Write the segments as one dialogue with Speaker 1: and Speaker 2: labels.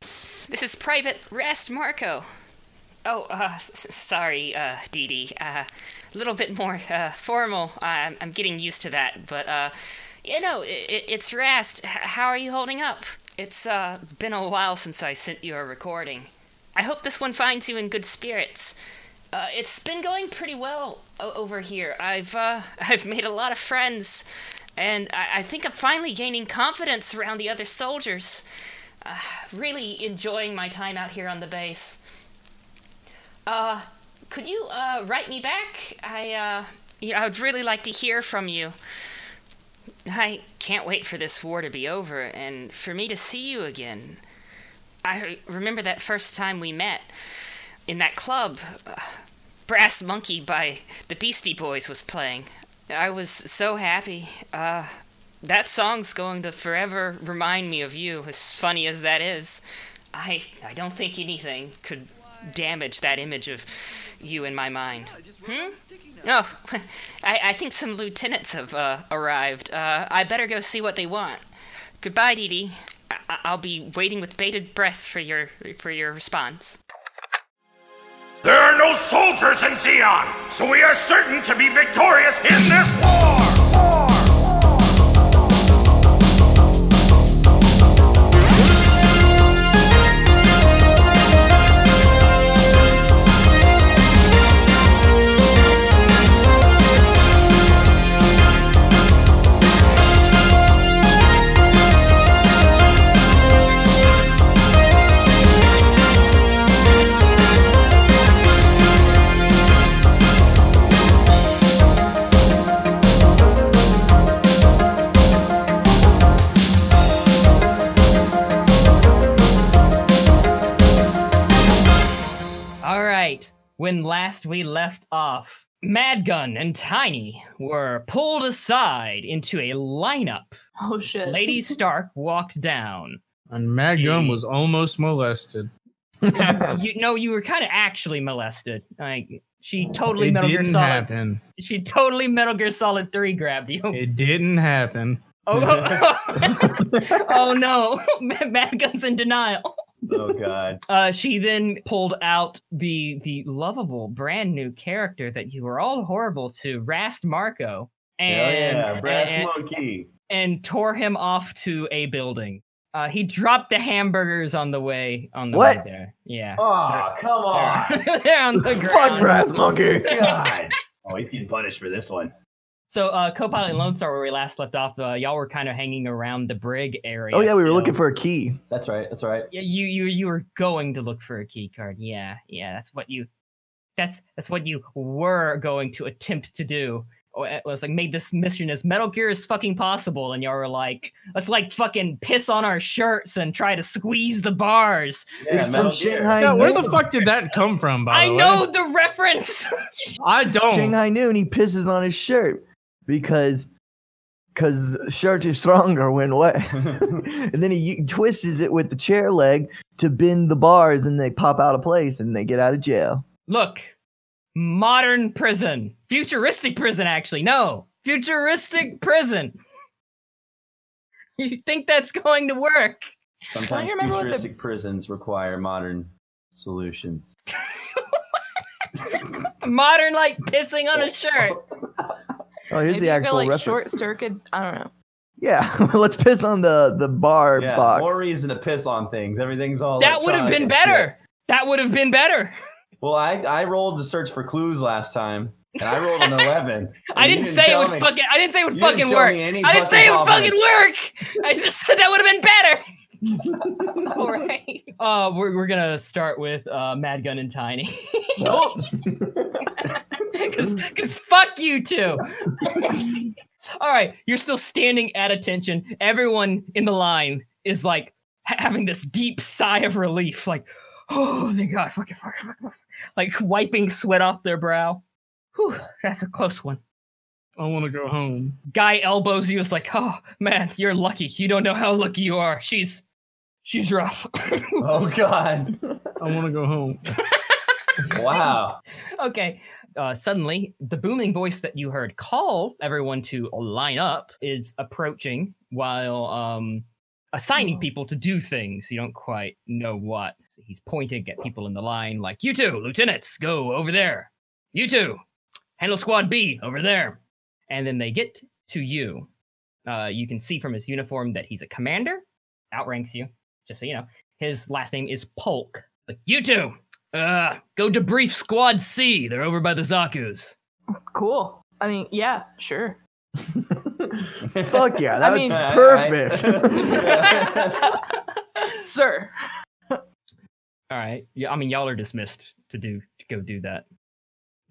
Speaker 1: This is Private Rest Marco. Oh, uh, s- s- sorry, uh, Dee Dee. Uh, a little bit more uh, formal. Uh, I'm, I'm getting used to that, but uh, you know, it, it's Rast. H- how are you holding up? It's uh, been a while since I sent you a recording. I hope this one finds you in good spirits. Uh, it's been going pretty well o- over here. I've uh, I've made a lot of friends, and I, I think I'm finally gaining confidence around the other soldiers. Uh, really enjoying my time out here on the base. Uh, could you uh, write me back? I uh, you know, I would really like to hear from you. I can't wait for this war to be over and for me to see you again. I re- remember that first time we met in that club. Uh, Brass Monkey by the Beastie Boys was playing. I was so happy. Uh, that song's going to forever remind me of you, as funny as that is. I, I don't think anything could damage that image of you in my mind. Hmm? No, I, I think some lieutenants have uh, arrived. Uh, I better go see what they want. Goodbye, Dee Dee. I- I- I'll be waiting with bated breath for your for your response.
Speaker 2: There are no soldiers in Zeon, so we are certain to be victorious in this war!
Speaker 1: All right. When last we left off, Madgun and Tiny were pulled aside into a lineup.
Speaker 3: Oh shit.
Speaker 1: Lady Stark walked down.
Speaker 4: And Mad Gun was almost molested.
Speaker 1: You know, you were kind of actually molested. Like she totally
Speaker 4: it
Speaker 1: Metal Gear
Speaker 4: didn't
Speaker 1: Solid.
Speaker 4: happen.
Speaker 1: She totally Metal Gear Solid Three grabbed you.
Speaker 4: It didn't happen.
Speaker 1: Oh, oh, oh no, Madgun's in denial.
Speaker 5: Oh god.
Speaker 1: Uh, she then pulled out the the lovable brand new character that you were all horrible to, Rast Marco,
Speaker 5: Hell
Speaker 1: and
Speaker 5: yeah, brass
Speaker 1: and,
Speaker 5: monkey.
Speaker 1: and tore him off to a building. Uh, he dropped the hamburgers on the way on the way
Speaker 5: What?
Speaker 1: there. Yeah,
Speaker 5: Oh, come on.
Speaker 1: they're, they're on the ground.
Speaker 6: Fuck Brass Monkey!
Speaker 5: God. Oh, he's getting punished for this one.
Speaker 1: So, uh, Copilot and Lone Star, where we last left off, uh, y'all were kind of hanging around the brig area.
Speaker 6: Oh yeah, we were
Speaker 1: still.
Speaker 6: looking for a key.
Speaker 5: That's right. That's right.
Speaker 1: Yeah, you you you were going to look for a key card. Yeah, yeah, that's what you that's that's what you were going to attempt to do. Or It was like made this mission as Metal Gear as fucking possible, and y'all were like, let's like fucking piss on our shirts and try to squeeze the bars.
Speaker 5: Yeah,
Speaker 6: Some
Speaker 5: Metal
Speaker 6: shit
Speaker 5: Gear.
Speaker 6: high-
Speaker 4: Yeah, where
Speaker 6: know.
Speaker 4: the fuck did that come from, by
Speaker 1: I
Speaker 4: the way?
Speaker 1: know the reference.
Speaker 4: I don't.
Speaker 6: Shanghai noon, he pisses on his shirt because because shirt is stronger when wet. and then he y- twists it with the chair leg to bend the bars, and they pop out of place, and they get out of jail.
Speaker 1: Look, modern prison, futuristic prison. Actually, no, futuristic prison. You think that's going to work?
Speaker 3: Don't
Speaker 5: Sometimes
Speaker 3: you remember what the-
Speaker 5: futuristic prisons require modern solutions.
Speaker 1: Modern, like pissing on a shirt.
Speaker 6: Oh, here's
Speaker 3: Maybe
Speaker 6: the
Speaker 3: you could
Speaker 6: actual
Speaker 3: like
Speaker 6: reference.
Speaker 3: short circuit. I don't know.
Speaker 6: Yeah, let's piss on the the bar
Speaker 5: Yeah,
Speaker 6: box.
Speaker 5: more reason to piss on things. Everything's all
Speaker 1: that would have
Speaker 5: electronic
Speaker 1: been
Speaker 5: and
Speaker 1: better. That would have been better.
Speaker 5: shit. Well, I I rolled to search for clues last time, and I rolled an eleven.
Speaker 1: I
Speaker 5: and you
Speaker 1: didn't, say it
Speaker 5: tell
Speaker 1: would
Speaker 5: me-
Speaker 1: fucking. I didn't say it would
Speaker 5: you didn't
Speaker 1: fucking
Speaker 5: show
Speaker 1: work.
Speaker 5: me any
Speaker 1: I didn't say it would
Speaker 5: fucking
Speaker 1: fucking work. I just said that would have been better.
Speaker 3: Oh,
Speaker 1: All right. Uh, we're we're gonna start with uh, Mad Gun and Tiny, because because fuck you two. All right, you're still standing at attention. Everyone in the line is like ha- having this deep sigh of relief, like, oh, thank God, fucking, fucking, fucking," like wiping sweat off their brow. Whew, that's a close one
Speaker 4: I want to go home.
Speaker 1: guy elbows you is like, oh man, you're lucky. You don't know how lucky you are. She's she's rough.
Speaker 5: Oh God!
Speaker 4: I want to go home.
Speaker 5: Wow.
Speaker 1: okay. Uh, suddenly, the booming voice that you heard call everyone to line up is approaching while um, assigning people to do things. You don't quite know what. He's pointing at people in the line, like, you two, lieutenants, go over there. You two, handle squad B over there. And then they get to you. Uh, you can see from his uniform that he's a commander, outranks you, just so you know. His last name is Polk. Like, you two, uh, go debrief squad C. They're over by the Zaku's.
Speaker 3: Cool. I mean, yeah, sure.
Speaker 7: Fuck yeah,
Speaker 3: I
Speaker 7: that's
Speaker 3: mean-
Speaker 7: perfect.
Speaker 3: Sir.
Speaker 1: All right. Yeah, I mean, y'all are dismissed to do to go do that.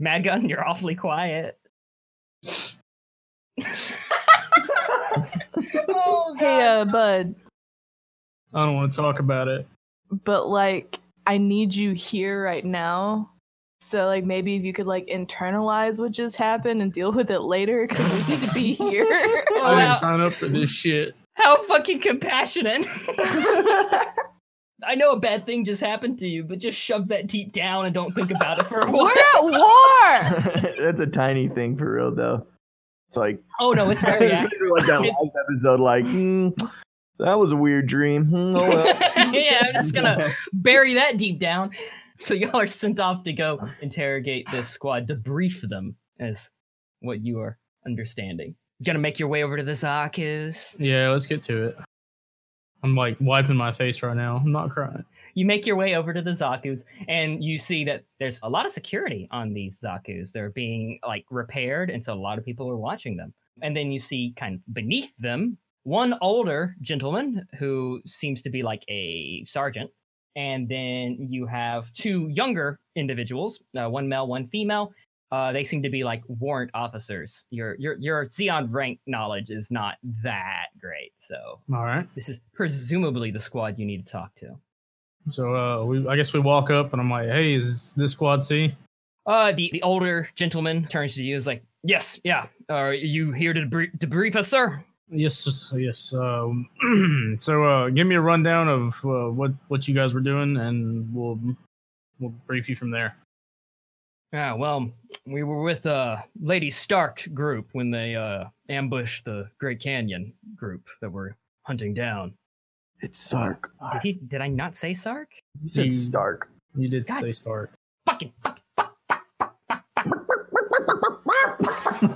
Speaker 1: Madgun, you're awfully quiet.
Speaker 3: Oh, hey, uh, bud.
Speaker 4: I don't want to talk about it.
Speaker 3: But like, I need you here right now. So like, maybe if you could like internalize what just happened and deal with it later, because we need to be here.
Speaker 4: I
Speaker 1: Oh, Wow.
Speaker 4: didn't sign up for this shit.
Speaker 1: How fucking compassionate. I know a bad thing just happened to you, but just shove that deep down and don't think about it for a
Speaker 3: We're
Speaker 1: while.
Speaker 3: at war.
Speaker 7: that's a tiny thing for real though. It's like
Speaker 1: Oh no, it's very accurate.
Speaker 7: It's like that last episode. Like "Hmm, that was a weird dream. Hmm, oh well."
Speaker 1: yeah, I'm just gonna bury that deep down. So y'all are sent off to go interrogate this squad, debrief them, as what you are understanding. You gonna make your way over to the Zaku's.
Speaker 4: Yeah, let's get to it. I'm like wiping my face right now. I'm not crying.
Speaker 1: You make your way over to the Zaku's, and you see that there's a lot of security on these Zaku's. They're being like repaired, and so a lot of people are watching them. And then you see kind of beneath them one older gentleman who seems to be like a sergeant. And then you have two younger individuals, uh, one male, one female. Uh, they seem to be like warrant officers. Your your your Xeon rank knowledge is not that great, so
Speaker 4: All right.
Speaker 1: this is presumably the squad you need to talk to.
Speaker 4: So uh, we, I guess we walk up and I'm like, hey, is this Squad C?
Speaker 1: Uh, the, the older gentleman turns to you and is like, Yes, yeah. Are you here to debrief, debrief us, sir?
Speaker 4: Yes, s- yes. Um, so uh, give me a rundown of uh, what what you guys were doing, and we'll we'll brief you from there.
Speaker 1: Yeah, well, we were with uh, Lady Stark group when they uh, ambushed the Great Canyon group that we're hunting down.
Speaker 7: It's Sark.
Speaker 1: Did, he, did I not say Sark?
Speaker 4: You
Speaker 7: It's Stark.
Speaker 4: You did
Speaker 1: God.
Speaker 4: say Stark.
Speaker 1: Fucking fuck, fuck, fuck, fuck, fuck, fuck.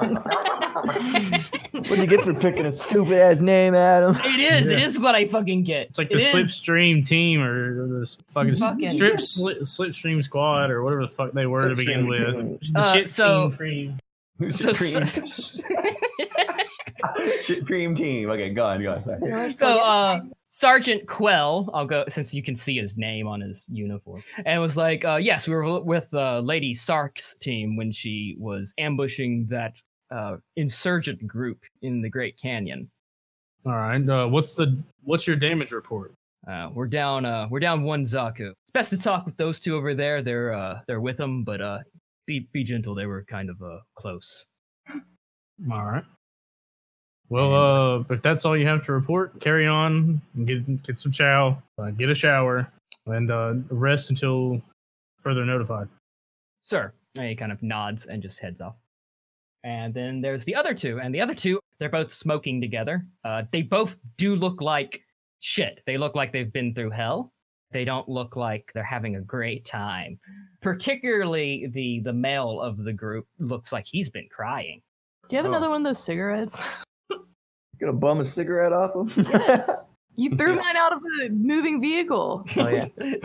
Speaker 7: What'd you get for picking a stupid ass name, Adam?
Speaker 1: it is. It
Speaker 4: Yeah.
Speaker 1: is what I fucking get.
Speaker 4: It's like
Speaker 1: It
Speaker 4: the
Speaker 1: is.
Speaker 4: Slipstream team or the s- fucking,
Speaker 1: Fucking-
Speaker 4: Strip sli- Slipstream squad or whatever the fuck they were to begin
Speaker 5: Slipstream team.
Speaker 4: with. Just The
Speaker 1: Uh,
Speaker 4: shit
Speaker 1: so-
Speaker 4: team cream.
Speaker 5: Who's
Speaker 1: So-
Speaker 5: Supreme? Supreme team. Okay, go on, go on. Sorry.
Speaker 1: So,
Speaker 3: Oh,
Speaker 1: uh, Sergeant Quell, I'll go since you can see his name on his uniform, and was like, uh, "Yes, we were with uh, Lady Sark's team when she was ambushing that uh, insurgent group in the Great Canyon.
Speaker 4: All right. Uh, what's the what's your damage report?
Speaker 1: Uh, we're down, uh, we're down one Zaku. It's best to talk with those two over there. They're uh, they're with them, but uh, be be gentle. They were kind of uh, close.
Speaker 4: All right. Well, uh, if that's all you have to report, carry on. and Get get some chow. Uh, get a shower, and uh, rest until further notified.
Speaker 1: sir. And he kind of nods and just heads off. And then there's the other two, and the other two, they're both smoking together. Uh, they both do look like shit. They look like they've been through hell. They don't look like they're having a great time. Particularly the the male of the group looks like he's been crying.
Speaker 3: Do you have
Speaker 5: Oh.
Speaker 3: another one of those cigarettes?
Speaker 7: Gonna bum a cigarette off him?
Speaker 3: Yes. You threw mine out of a moving vehicle.
Speaker 7: oh yeah.
Speaker 1: the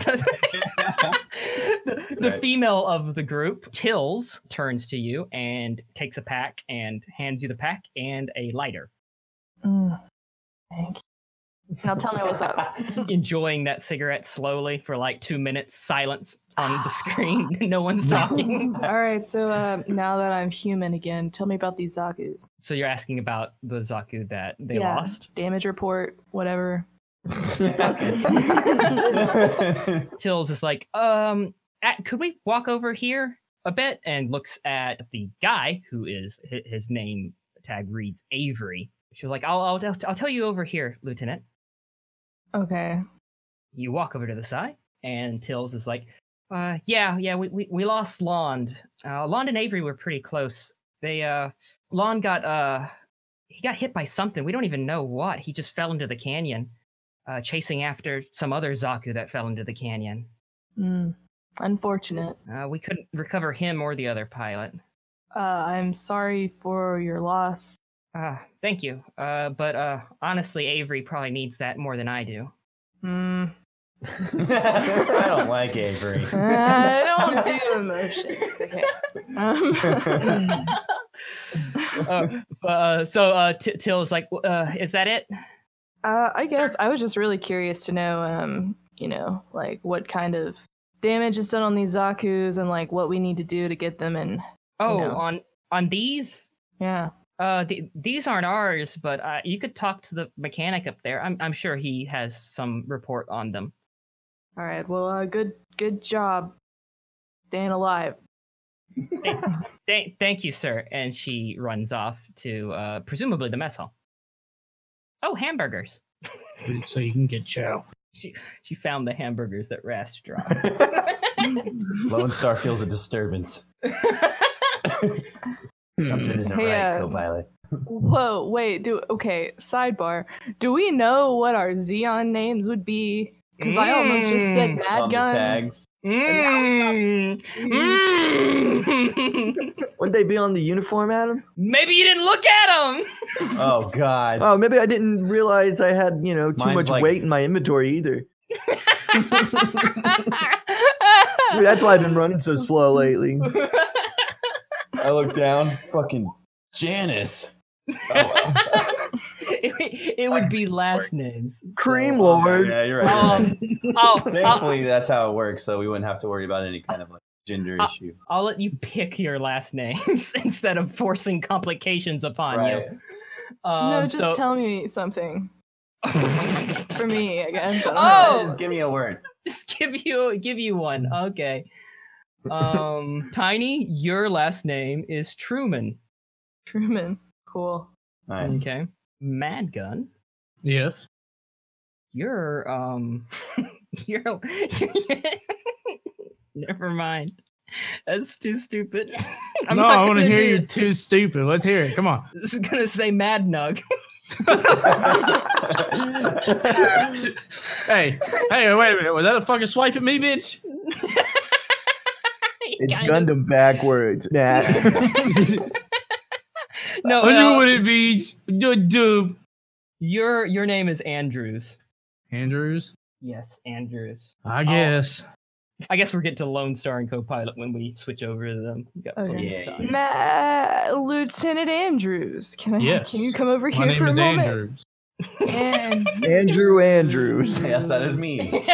Speaker 1: the
Speaker 5: right.
Speaker 1: female of the group, Tills, turns to you and takes a pack and hands you the pack and a lighter.
Speaker 3: Mm. Thank you. Now tell me what's up.
Speaker 1: enjoying that cigarette slowly for like two minutes, silence on the screen. no one's talking.
Speaker 3: All right, so uh, now that I'm human again, tell me about these Zaku's.
Speaker 1: so you're asking about the Zaku that they
Speaker 3: Yeah.
Speaker 1: lost.
Speaker 3: Damage report, whatever.
Speaker 1: Tills is like, um, at, could we walk over here a bit? And looks at the guy who is hi- his name tag reads Avery. She's like, I'll, I'll, I'll tell you over here, Lieutenant.
Speaker 3: Okay.
Speaker 1: you walk over to the side, and Tills is like, uh, yeah, yeah, we, we, we lost Lond. Uh, Lond and Avery were pretty close. They, uh, Lond got, uh, he got hit by something. We don't even know what. He just fell into the canyon. uh, chasing after some other Zaku that fell into the canyon.
Speaker 3: Mm, unfortunate.
Speaker 1: Uh, we couldn't recover him or the other pilot.
Speaker 3: Uh, I'm sorry for your loss.
Speaker 1: Uh, thank you. Uh, but uh, honestly, Avery probably needs that more than I do.
Speaker 3: Mm,
Speaker 5: I don't like Avery.
Speaker 3: I don't do emotions. Okay. Um,
Speaker 1: uh, uh, so uh, T- Till is like, "W- uh, is that it?
Speaker 3: Uh, I guess I was just really curious to know, um, you know, like what kind of damage is done on these Zaku's and like what we need to do to get them in.
Speaker 1: Oh,
Speaker 3: No.
Speaker 1: on on these,
Speaker 3: Yeah.
Speaker 1: uh, th- these aren't ours, but uh, you could talk to the mechanic up there. I'm I'm sure he has some report on them.
Speaker 3: All right. Well, uh, good, good job, staying alive.
Speaker 1: Thank thank you, sir. And she runs off to uh, presumably the mess hall. Oh, hamburgers.
Speaker 4: so you can get chow.
Speaker 1: She found the hamburgers that Rast dropped.
Speaker 5: Lone Star feels a disturbance. Something isn't
Speaker 3: Hey,
Speaker 5: right,
Speaker 3: uh,
Speaker 5: co-pilot.
Speaker 3: Whoa, wait, do okay, sidebar. Do we know what our Xeon names would be? Because I almost just said
Speaker 1: Mm.
Speaker 3: Mad
Speaker 5: On the
Speaker 3: Gun.
Speaker 5: tags.
Speaker 1: Mm. Mm.
Speaker 7: Wouldn't they be on the uniform, Adam?
Speaker 1: Maybe you didn't look at him.
Speaker 5: Oh God.
Speaker 7: Oh, maybe I didn't realize I had, you know, too
Speaker 5: Mine's
Speaker 7: much
Speaker 5: like-
Speaker 7: weight in my inventory either. Maybe that's why I've been running so slow lately.
Speaker 5: I look down. Fucking Janice. Oh,
Speaker 1: it, it would be last names.
Speaker 7: Cream
Speaker 1: So,
Speaker 5: well.
Speaker 7: Lord.
Speaker 5: yeah, you're right. you're
Speaker 1: Um,
Speaker 5: right.
Speaker 1: I'll, I'll,
Speaker 5: Thankfully, that's how it works, so we wouldn't have to worry about any kind of like gender
Speaker 1: Uh,
Speaker 5: issue.
Speaker 1: I'll let you pick your last names instead of forcing complications upon
Speaker 5: Right.
Speaker 1: you. Um,
Speaker 3: no, just
Speaker 1: so-
Speaker 3: tell me something. For me, I guess. I don't
Speaker 1: Oh!
Speaker 5: Just give me a word.
Speaker 1: just give you give you one. Okay. Um, Tiny, your last name is Truman.
Speaker 3: know. Truman. Cool.
Speaker 5: Nice.
Speaker 1: Okay. Mad Gun,
Speaker 4: Yes.
Speaker 1: you're um, you're. Never mind. That's too stupid. I'm
Speaker 4: no,
Speaker 1: not
Speaker 4: I want to
Speaker 1: gonna
Speaker 4: hear
Speaker 1: do
Speaker 4: you
Speaker 1: it.
Speaker 4: too stupid. Let's hear it. Come on.
Speaker 1: This is gonna say Mad Nug.
Speaker 4: Hey, hey, wait a minute. Was that a fucking swipe at me, bitch?
Speaker 7: It's
Speaker 1: Kind of.
Speaker 7: Gundam backwards. Nah.
Speaker 1: No,
Speaker 4: I
Speaker 1: no,
Speaker 4: knew what it means. Dude, dude.
Speaker 1: your your name is Andrews.
Speaker 4: Andrews,
Speaker 1: Yes, Andrews.
Speaker 3: Oh,
Speaker 4: I guess.
Speaker 1: I guess we're getting to Lone Star and Copilot when we switch over to them. We got plenty of
Speaker 5: Okay. Yeah,
Speaker 1: time.
Speaker 3: Ma- Lieutenant Andrews, can I?
Speaker 4: Yes.
Speaker 3: Can you come over
Speaker 4: My
Speaker 3: here
Speaker 4: name
Speaker 3: for a
Speaker 4: is
Speaker 3: moment?
Speaker 4: Andrews.
Speaker 3: And
Speaker 7: Andrew Andrews.
Speaker 5: yes, that is me.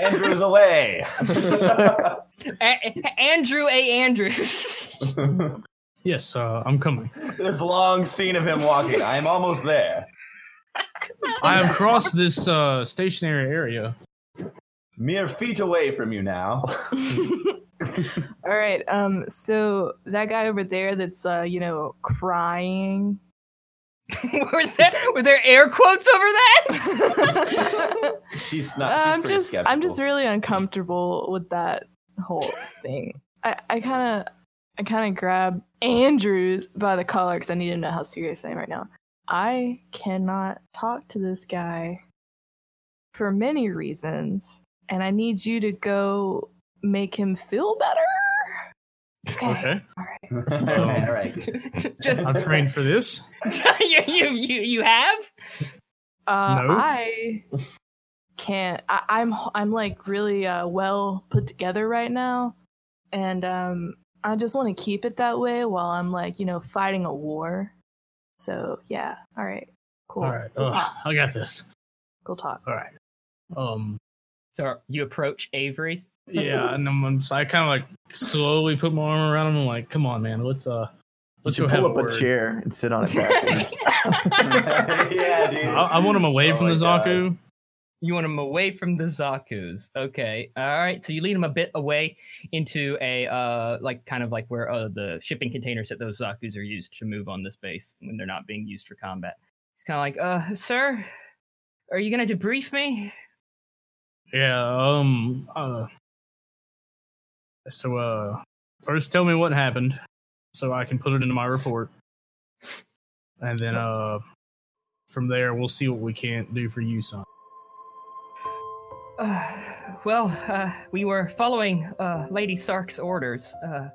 Speaker 5: Andrew's away.
Speaker 1: A- Andrew A. Andrews.
Speaker 4: Yes, uh, I'm coming.
Speaker 5: this long scene of him walking. I'm almost there.
Speaker 4: I have crossed this uh, stationary area.
Speaker 5: Mere feet away from you now.
Speaker 3: all right. Um. So that guy over there, that's uh, you know, crying.
Speaker 1: Was there, were there air quotes over that?
Speaker 5: She's not. She's
Speaker 3: I'm
Speaker 5: pretty
Speaker 3: just
Speaker 5: skeptical.
Speaker 3: I'm just really uncomfortable with that whole thing. I I kind of I kind of grab Andrews by the collar because I need to know how serious I am right now. I cannot talk to this guy for many reasons, and I need you to go make him feel better.
Speaker 4: Okay.
Speaker 3: All right.
Speaker 5: all right. all right.
Speaker 1: Just,
Speaker 4: I've trained for this.
Speaker 1: you, you, you, you have?
Speaker 3: Uh,
Speaker 4: No.
Speaker 3: I can't. I, I'm I'm like really uh, well put together right now, and um, I just want to keep it that way while I'm like you know fighting a war. So yeah, all right, cool.
Speaker 4: All right.
Speaker 3: We'll
Speaker 4: Uh,
Speaker 3: talk.
Speaker 4: I got this.
Speaker 3: We'll talk.
Speaker 4: All right. Um.
Speaker 1: So you approach Avery.
Speaker 4: Yeah, and I'm, I'm so I kind of like slowly put my arm around him. and like, come on, man, let's uh,
Speaker 7: You
Speaker 4: let's go
Speaker 7: should
Speaker 4: have
Speaker 7: pull
Speaker 4: a
Speaker 7: up
Speaker 4: word."
Speaker 7: a chair and sit on it backwards.
Speaker 5: yeah, dude.
Speaker 4: I, I want him away
Speaker 5: Oh
Speaker 4: from the
Speaker 5: my God.
Speaker 4: Zaku.
Speaker 1: You want him away from the Zaku's. Okay. All right. So you lead him a bit away into a, uh, like, kind of like where uh, the shipping containers that those Zaku's are used to move on this base when they're not being used for combat. He's kind of like, uh, sir, are you going to debrief me?
Speaker 4: Yeah. Um. Uh. So uh, first tell me what happened, so I can put it into my report, and then uh, from there we'll see what we can't do for you, son.
Speaker 1: Uh, well, uh, we were following uh, Lady Sark's orders. Uh,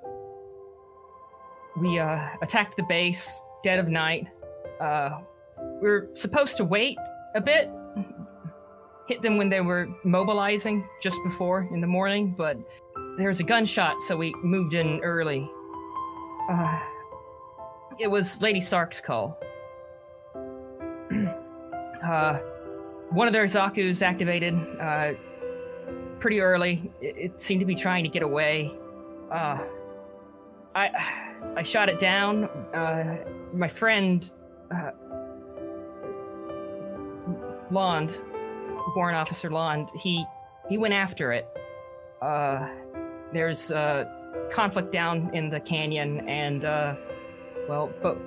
Speaker 1: we uh, attacked the base dead of night. Uh, we were supposed to wait a bit, hit them when they were mobilizing just before in the morning, but there was a gunshot, so we moved in early. Uh, it was Lady Sark's call. uh, one of their Zaku's activated uh, pretty early. It, it seemed to be trying to get away. Uh, I I shot it down. Uh, my friend, uh, Lond, Warrant Officer Lond, he he went after it. Uh, there's uh, conflict down in the canyon, and uh, well, bo-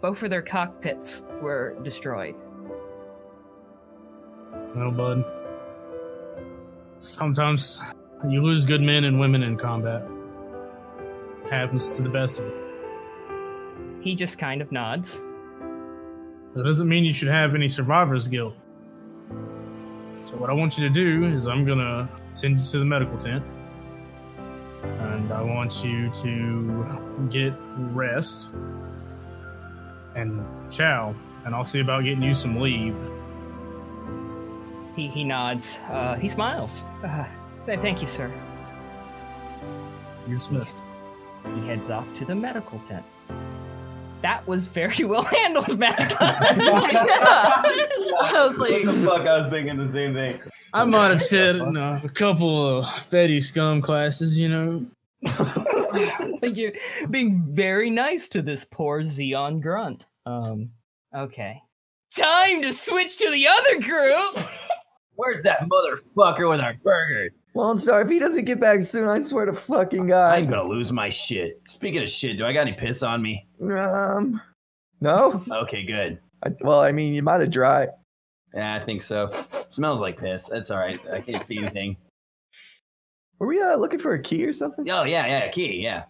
Speaker 1: both of their cockpits were destroyed.
Speaker 4: Well, bud. Sometimes you lose good men and women in combat. Happens to the best of us.
Speaker 1: He just kind of nods.
Speaker 4: That doesn't mean you should have any survivor's guilt. So what I want you to do is I'm gonna send you to the medical tent. And I want you to get rest and chow. And I'll see about getting you some leave.
Speaker 1: He he nods. Uh, he smiles. Uh, "Th- thank you, sir.
Speaker 4: You're dismissed.
Speaker 1: He heads off to the medical tent. That was very well handled, Matt.
Speaker 3: I was
Speaker 5: What the
Speaker 3: like,
Speaker 5: fuck? I was thinking the same thing.
Speaker 4: I might have said it in a couple of Fetty scum classes, you know.
Speaker 1: Thank you. Being very nice to this poor Xeon grunt. Um, okay. Time to switch to the other group.
Speaker 5: Where's that motherfucker with our burger?
Speaker 7: Lone Star, if he doesn't get back soon, I swear to fucking God.
Speaker 5: I'm gonna lose my shit. Speaking of shit, do I got any piss on me?
Speaker 7: Um, no.
Speaker 5: Okay, good.
Speaker 7: I, well, I mean, you might have dry.
Speaker 5: Yeah, I think so. Smells like piss. That's all right. I can't see anything.
Speaker 7: Were we uh, looking for a key or something?
Speaker 5: Oh yeah, yeah, key, yeah.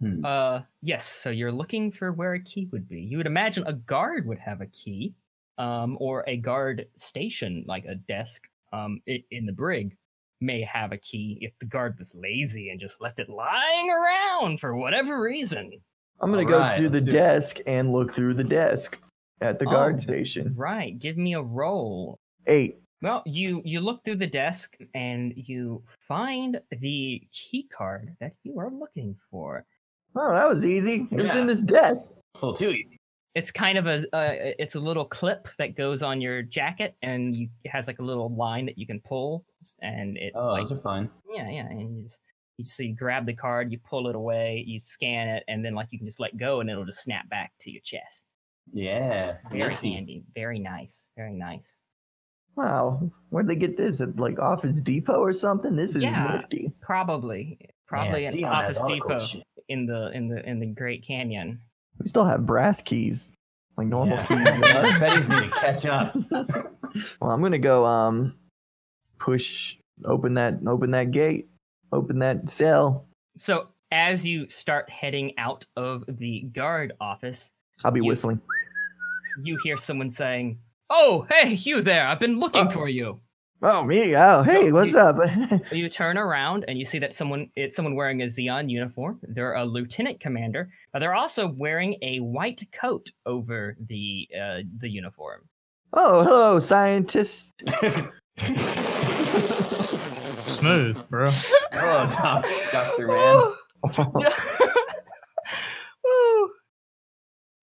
Speaker 5: Hmm.
Speaker 1: Uh, yes. So you're looking for where a key would be. You would imagine a guard would have a key, um, or a guard station like a desk, um, i- in the brig may have a key if the guard was lazy and just left it lying around for whatever reason.
Speaker 7: I'm gonna
Speaker 5: All
Speaker 7: go
Speaker 5: right,
Speaker 7: through the
Speaker 5: let's do it.
Speaker 7: desk and look through the desk at the guard
Speaker 1: Oh.
Speaker 7: station.
Speaker 1: Right. Give me a roll.
Speaker 7: Eight.
Speaker 1: Well, you you look through the desk and you find the key card that you are looking for.
Speaker 7: Oh, that was easy. It was
Speaker 5: Yeah.
Speaker 7: in this desk.
Speaker 5: A little too easy.
Speaker 1: It's kind of a uh, it's a little clip that goes on your jacket and you it has like a little line that you can pull and it
Speaker 5: Oh,
Speaker 1: like
Speaker 5: those are fun.
Speaker 1: yeah yeah and you just you just, so you grab the card, you pull it away, you scan it, and then like you can just let go and it'll just snap back to your chest.
Speaker 5: Yeah.
Speaker 1: Very
Speaker 5: Yucky.
Speaker 1: handy, very nice, very nice.
Speaker 7: Wow, where'd they get this? At like Office Depot or something? This is
Speaker 1: Yeah.
Speaker 7: nifty.
Speaker 1: Probably probably
Speaker 5: Yeah,
Speaker 1: an
Speaker 5: Xeon
Speaker 1: Office
Speaker 5: has all the cool
Speaker 1: Depot
Speaker 5: shit.
Speaker 1: in the in the in the Great Canyon.
Speaker 7: We still have brass keys, like normal
Speaker 5: Yeah.
Speaker 7: keys. you know?
Speaker 5: Other Betty's need to catch up.
Speaker 7: Well, I'm gonna go um push open that open that gate, open that cell.
Speaker 1: So as you start heading out of the guard office,
Speaker 7: I'll be
Speaker 1: You-
Speaker 7: whistling.
Speaker 1: you hear someone saying, "Oh, hey, you there! I've been looking for you."
Speaker 7: Oh me, oh hey,
Speaker 1: No,
Speaker 7: what's
Speaker 1: you-
Speaker 7: up?
Speaker 1: You turn around and you see that someone it's someone wearing a Xeon uniform. They're a lieutenant commander, but they're also wearing a white coat over the uh, the uniform.
Speaker 7: oh, hello, scientist.
Speaker 4: Smooth, bro.
Speaker 5: Hello, doc, Doctor Man.
Speaker 1: Woo.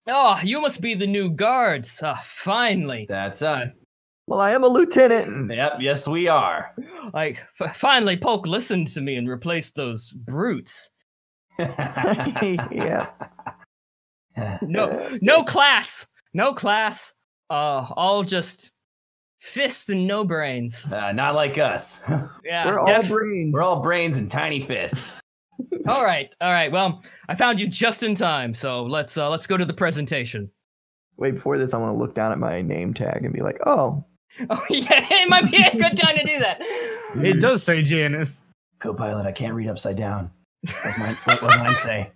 Speaker 1: Oh, you must be the new guards. Ah, finally.
Speaker 5: That's us.
Speaker 7: Well, I am a lieutenant.
Speaker 5: Yep. Yes, we are.
Speaker 1: Like, f- finally, Polk listened to me and replaced those brutes.
Speaker 7: yeah.
Speaker 1: No, no class, no class. Uh, all just fists and no brains.
Speaker 5: Uh, not like us.
Speaker 1: Yeah,
Speaker 7: We're all
Speaker 1: def-
Speaker 7: brains.
Speaker 5: We're all brains and tiny fists.
Speaker 1: all right, all right. Well, I found you just in time. So let's uh, let's go to the presentation.
Speaker 7: Wait, before this, I want to look down at my name tag and be like, oh,
Speaker 1: Oh yeah, it might be a good time to do that.
Speaker 4: It does say Janice.
Speaker 5: Copilot, I can't read upside down. What mine, what would mine say?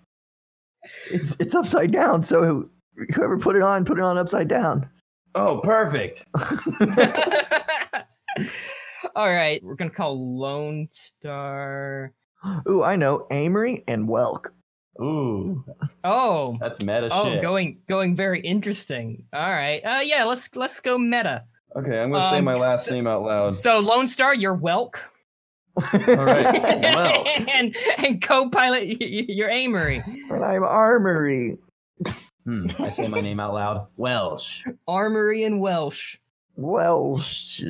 Speaker 7: it's it's upside down. So whoever put it on, put it on upside down.
Speaker 5: Oh, perfect.
Speaker 1: uh, All right, we're gonna call Lone Star.
Speaker 6: Ooh, I know. Amory and Welk.
Speaker 5: Ooh,
Speaker 1: Oh,
Speaker 5: that's meta
Speaker 1: oh,
Speaker 5: shit.
Speaker 1: going going very interesting. All right, uh, yeah, let's let's go meta.
Speaker 5: okay, I'm gonna say
Speaker 1: Um,
Speaker 5: my last
Speaker 1: so-
Speaker 5: name out loud.
Speaker 1: So Lone Star, you're Welk,
Speaker 5: All right, well,
Speaker 1: and and co-pilot, y- y- you're Amory.
Speaker 6: And I'm Armory.
Speaker 5: hmm, I say my name out loud. Welsh.
Speaker 1: Armory and Welsh.
Speaker 6: Welsh.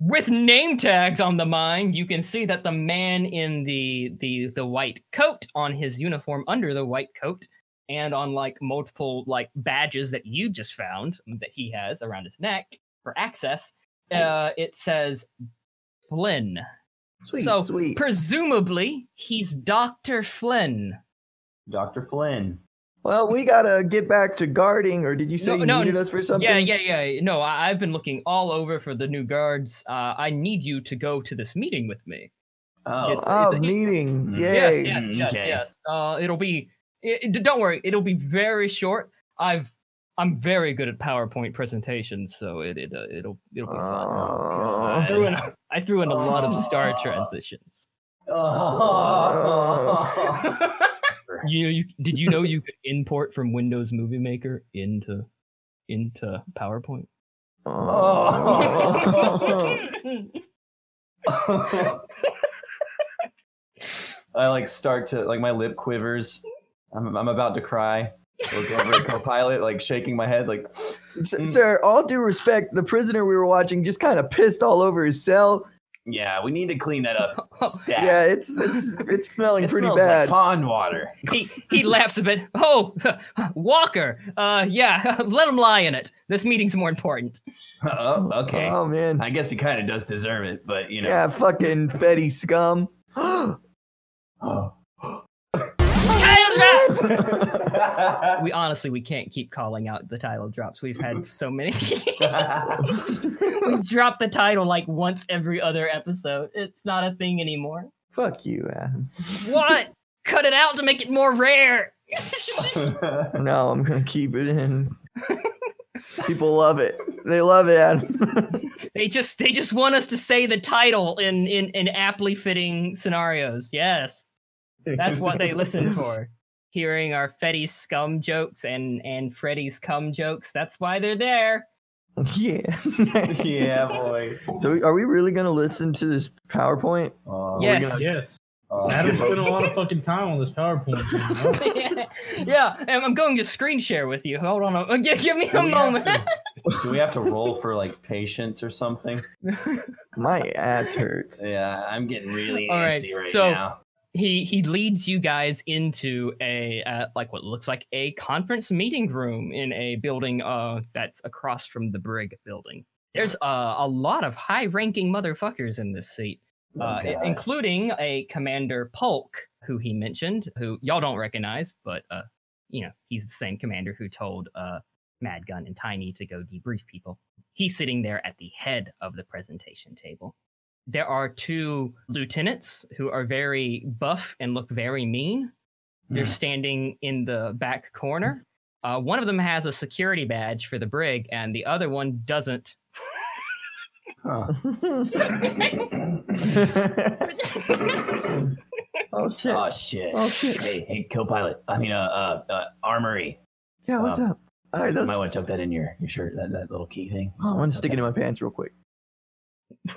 Speaker 1: With name tags on the mine, you can see that the man in the the the white coat on his uniform under the white coat and on like multiple like badges that you just found mm, that he has around his neck for access, uh it says Flynn.
Speaker 6: Sweet,
Speaker 1: So,
Speaker 6: sweet.
Speaker 1: Presumably, he's Dr. Flynn.
Speaker 5: Dr. Flynn.
Speaker 6: well, we gotta get back to guarding, or did you say
Speaker 1: No,
Speaker 6: you
Speaker 1: no,
Speaker 6: needed us for something?
Speaker 1: Yeah, yeah, yeah. No, I, I've been looking all over for the new guards. Uh, I need you to go to this meeting with me.
Speaker 5: Oh,
Speaker 1: It's-
Speaker 6: Oh,
Speaker 1: a-
Speaker 6: meeting.
Speaker 5: Mm.
Speaker 6: Yay.
Speaker 1: Yes, yes, yes,
Speaker 5: Okay.
Speaker 1: yes. Uh, it'll be. It, it- don't worry, it'll be very short. I've I'm very good at PowerPoint presentations, so it it uh, it'll it'll be fun. I
Speaker 6: Oh,
Speaker 1: threw in, I threw in a lot of star transitions.
Speaker 5: Oh.
Speaker 1: You, you did you know you could import from Windows Movie Maker into into PowerPoint?
Speaker 5: Oh. I like start to like my lip quivers. I'm I'm about to cry. Look over at co-pilot, like shaking my head, like
Speaker 6: S- Sir, all due respect, the prisoner we were watching just kind of pissed all over his cell.
Speaker 5: yeah, we need to clean that up. Stat.
Speaker 6: Yeah, it's it's it's smelling
Speaker 5: It
Speaker 6: pretty
Speaker 5: smells
Speaker 6: bad.
Speaker 5: Like pond water.
Speaker 1: He he laughs a bit. Oh, Walker. Uh, yeah, let him lie in it. This meeting's more important.
Speaker 5: oh, okay.
Speaker 6: Oh man.
Speaker 5: I guess he kind of does deserve it, but you know.
Speaker 6: Yeah, fucking Betty scum.
Speaker 5: Oh.
Speaker 1: we honestly we can't keep calling out the title drops. We've had so many. we drop the title like once every other episode. It's not a thing anymore.
Speaker 6: Fuck you, Adam.
Speaker 1: What? Cut it out to make it more rare.
Speaker 6: No, I'm gonna keep it in. People love it. They love it, Adam.
Speaker 1: they just they just want us to say the title in in in aptly fitting scenarios. Yes. That's what they listen for. Hearing our Fetty scum jokes and and Freddy's cum jokes. That's why they're there.
Speaker 6: yeah.
Speaker 5: yeah, boy.
Speaker 6: So, are we really gonna listen to this PowerPoint?
Speaker 5: Oh,
Speaker 1: Yes.
Speaker 5: we're gonna-
Speaker 4: Yes.
Speaker 5: oh,
Speaker 4: Adam
Speaker 5: skip
Speaker 4: spent a lot of fucking time on this PowerPoint. dude.
Speaker 1: yeah, I'm I'm going to screen share with you. Hold on, a, give, give me a
Speaker 4: We have
Speaker 1: moment.
Speaker 4: to-
Speaker 5: over- Do we have to roll for like patience or something?
Speaker 6: My ass hurts.
Speaker 5: Yeah, I'm getting really
Speaker 1: All right,
Speaker 5: antsy right
Speaker 1: so-
Speaker 5: now.
Speaker 1: he he leads you guys into a uh, like what looks like a conference meeting room in a building uh that's across from the brig building there's uh, a lot of high ranking motherfuckers in this seat uh, i-
Speaker 5: Okay.
Speaker 1: including a commander polk who he mentioned who y'all don't recognize but uh you know he's the same commander who told uh mad gun and tiny to go debrief people he's sitting there at the head of the presentation table there are two lieutenants who are very buff and look very mean. They're
Speaker 5: Hmm.
Speaker 1: standing in the back corner. Uh, one of them has a security badge for the brig, and the other one doesn't.
Speaker 5: Huh.
Speaker 6: oh shit.
Speaker 5: oh shit.
Speaker 6: Oh shit.
Speaker 5: Hey, hey, co-pilot. I mean, uh, uh, uh armory.
Speaker 6: Yeah, what's
Speaker 5: Um,
Speaker 6: up? All right,
Speaker 5: You
Speaker 6: those.
Speaker 5: might want to tuck that in your your shirt. That, that little key thing.
Speaker 6: Oh, I'm gonna stick it in my pants real quick.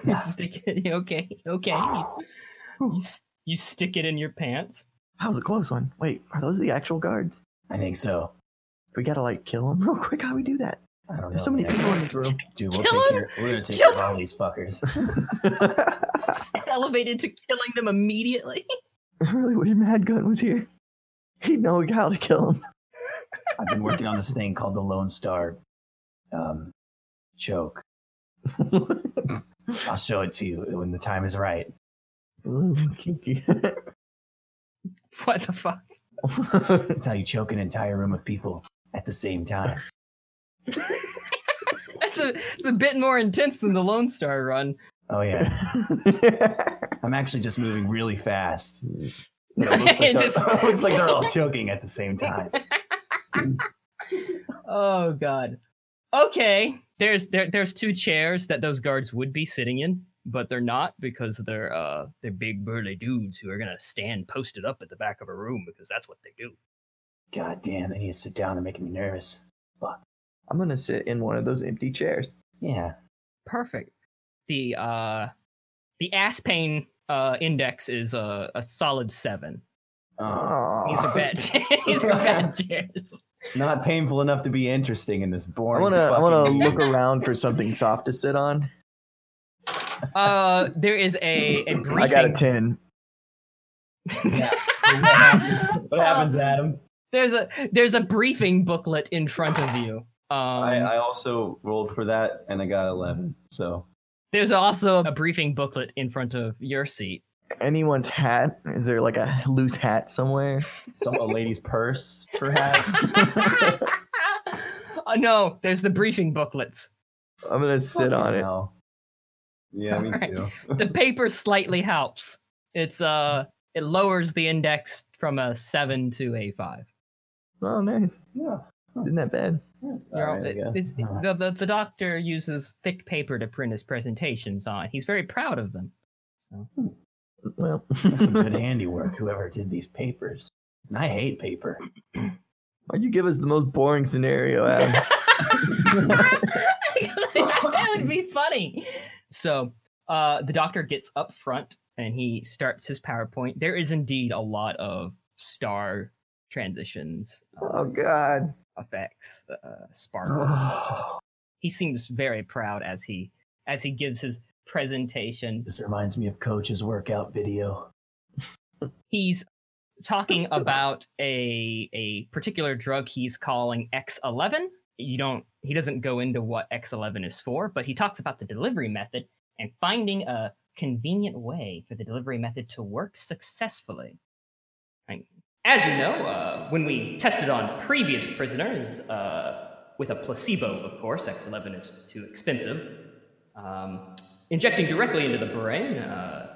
Speaker 1: You stick it- okay, okay. You, you s- you stick it in your pants.
Speaker 6: That was a close one. Wait, are those the actual guards?
Speaker 5: I think so.
Speaker 6: We gotta like kill them real quick. How we do that?
Speaker 5: I don't know.
Speaker 6: There's so many
Speaker 5: man.
Speaker 6: people in this room.
Speaker 5: Dude, we'll
Speaker 1: Kill
Speaker 5: take
Speaker 1: him!
Speaker 5: care. We're gonna take
Speaker 1: Kill
Speaker 5: care of all these fuckers.
Speaker 1: Elevated to killing them immediately.
Speaker 6: I really wish Mad Gun was here. He'd know how to kill him.
Speaker 5: I've been working on this thing called the Lone Star um, choke. I'll show it to you when the time is right.
Speaker 6: Ooh, kinky.
Speaker 1: What the fuck?
Speaker 5: That's how you choke an entire room of people at the same time.
Speaker 1: That's a, it's a bit more intense than the Lone Star run.
Speaker 5: Oh yeah, I'm actually just moving really fast. So it looks like,
Speaker 1: It
Speaker 5: they're-
Speaker 1: just-
Speaker 5: it looks like they're all choking at the same time.
Speaker 1: Oh god. Okay. There's there, there's two chairs that those guards would be sitting in. but they're not because they're uh they're big burly dudes who are gonna stand posted up at the back of a room because that's what they do.
Speaker 5: God damn, I need to sit down. They're making me nervous.
Speaker 7: I'm gonna sit in one of those empty chairs.
Speaker 5: Yeah.
Speaker 1: Perfect. The uh the ass pain uh index is a, a solid seven.
Speaker 5: Uh,
Speaker 7: Oh,
Speaker 1: These are bad. These are bad chairs.
Speaker 5: not painful enough to be interesting in this
Speaker 7: I
Speaker 5: boring.
Speaker 7: wanna, I wanna
Speaker 5: fucking-
Speaker 7: look around for something soft to sit on.
Speaker 1: Uh, there is a a briefing.
Speaker 7: I got a ten.
Speaker 5: What happens, Adam?
Speaker 1: there's a there's a briefing booklet in front of you. Um,
Speaker 5: I, I also rolled for that and I got 11. So
Speaker 1: there's also a briefing booklet in front of your seat.
Speaker 7: Anyone's hat? Is there like a loose hat somewhere?
Speaker 5: some a lady's purse, perhaps.
Speaker 1: oh Uh, no, there's the briefing booklets.
Speaker 7: I'm gonna sit on it.
Speaker 5: No. Yeah, me
Speaker 1: Alright.
Speaker 5: too.
Speaker 1: The paper slightly helps. It's uh, it lowers the index from a seven to a five.
Speaker 7: Oh, nice.
Speaker 5: Yeah.
Speaker 7: Isn't that bad?
Speaker 1: You're all-
Speaker 5: Alright, I guess.
Speaker 1: it's- the, the, the doctor uses thick paper to print his presentations on. He's very proud of them. So
Speaker 7: Well,
Speaker 5: That's some good handiwork, whoever did these papers. And I hate paper.
Speaker 7: why'd you give us the most boring scenario, Adam?
Speaker 1: that would be funny. So uh, the doctor gets up front and he starts his PowerPoint. There is indeed a lot of star transitions, uh,
Speaker 7: oh God.
Speaker 1: effects, uh, sparkles. he seems very proud as he as he gives his presentation.
Speaker 5: This reminds me of Coach's workout video.
Speaker 1: He's talking about a a particular drug he's calling X11. You don't he doesn't go into what X11 is for, but he talks about the delivery method and finding a convenient way for the delivery method to work successfully. And as you know, uh, when we tested on previous prisoners uh, with a placebo, of course, X11 is too expensive. Um, injecting directly into the brain, uh,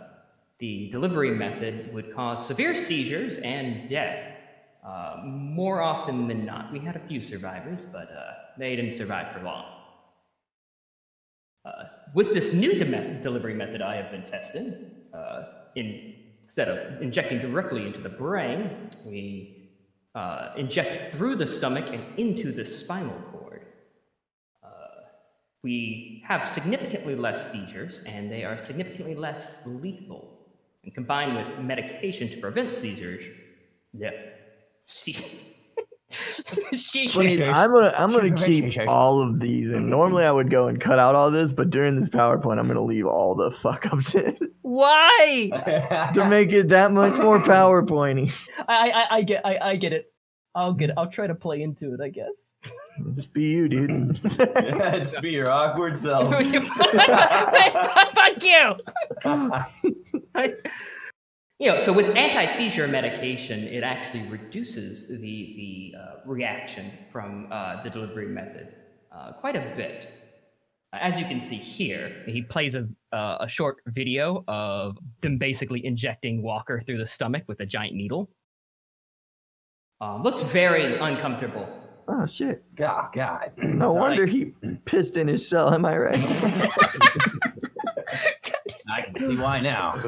Speaker 1: the delivery method would cause severe seizures and death. Uh, more often than not, we had a few survivors, but uh, they didn't survive for long. Uh, with this new de- delivery method I have been testing, uh, in, instead of injecting directly into the brain, we uh, inject through the stomach and into the spinal cord. Uh, we have significantly less seizures, and they are significantly less lethal. And combined with medication to prevent seizures, yeah. Seizures.
Speaker 7: I mean, I'm gonna, I'm gonna
Speaker 5: Shake,
Speaker 7: keep
Speaker 5: shake, shake.
Speaker 7: all of these, and normally I would go and cut out all this, but during this PowerPoint, I'm gonna leave all the fuck ups in
Speaker 1: Why?
Speaker 7: to make it that much more PowerPointy.
Speaker 1: I, I, I get I, I get it. I'll get it. I'll try to play into it, I guess.
Speaker 7: Just be you, dude.
Speaker 5: yeah, just be your awkward self.
Speaker 1: Fuck you. You know, so with anti-seizure medication, it actually reduces the the uh, reaction from uh, the delivery method uh, quite a bit. As you can see here, he plays a uh, a short video of them basically injecting Walker through the stomach with a giant needle. Um, looks very uncomfortable.
Speaker 7: oh shit.
Speaker 5: God, God.
Speaker 7: No wonder he pissed in his cell. Am I right?
Speaker 5: I can see why now.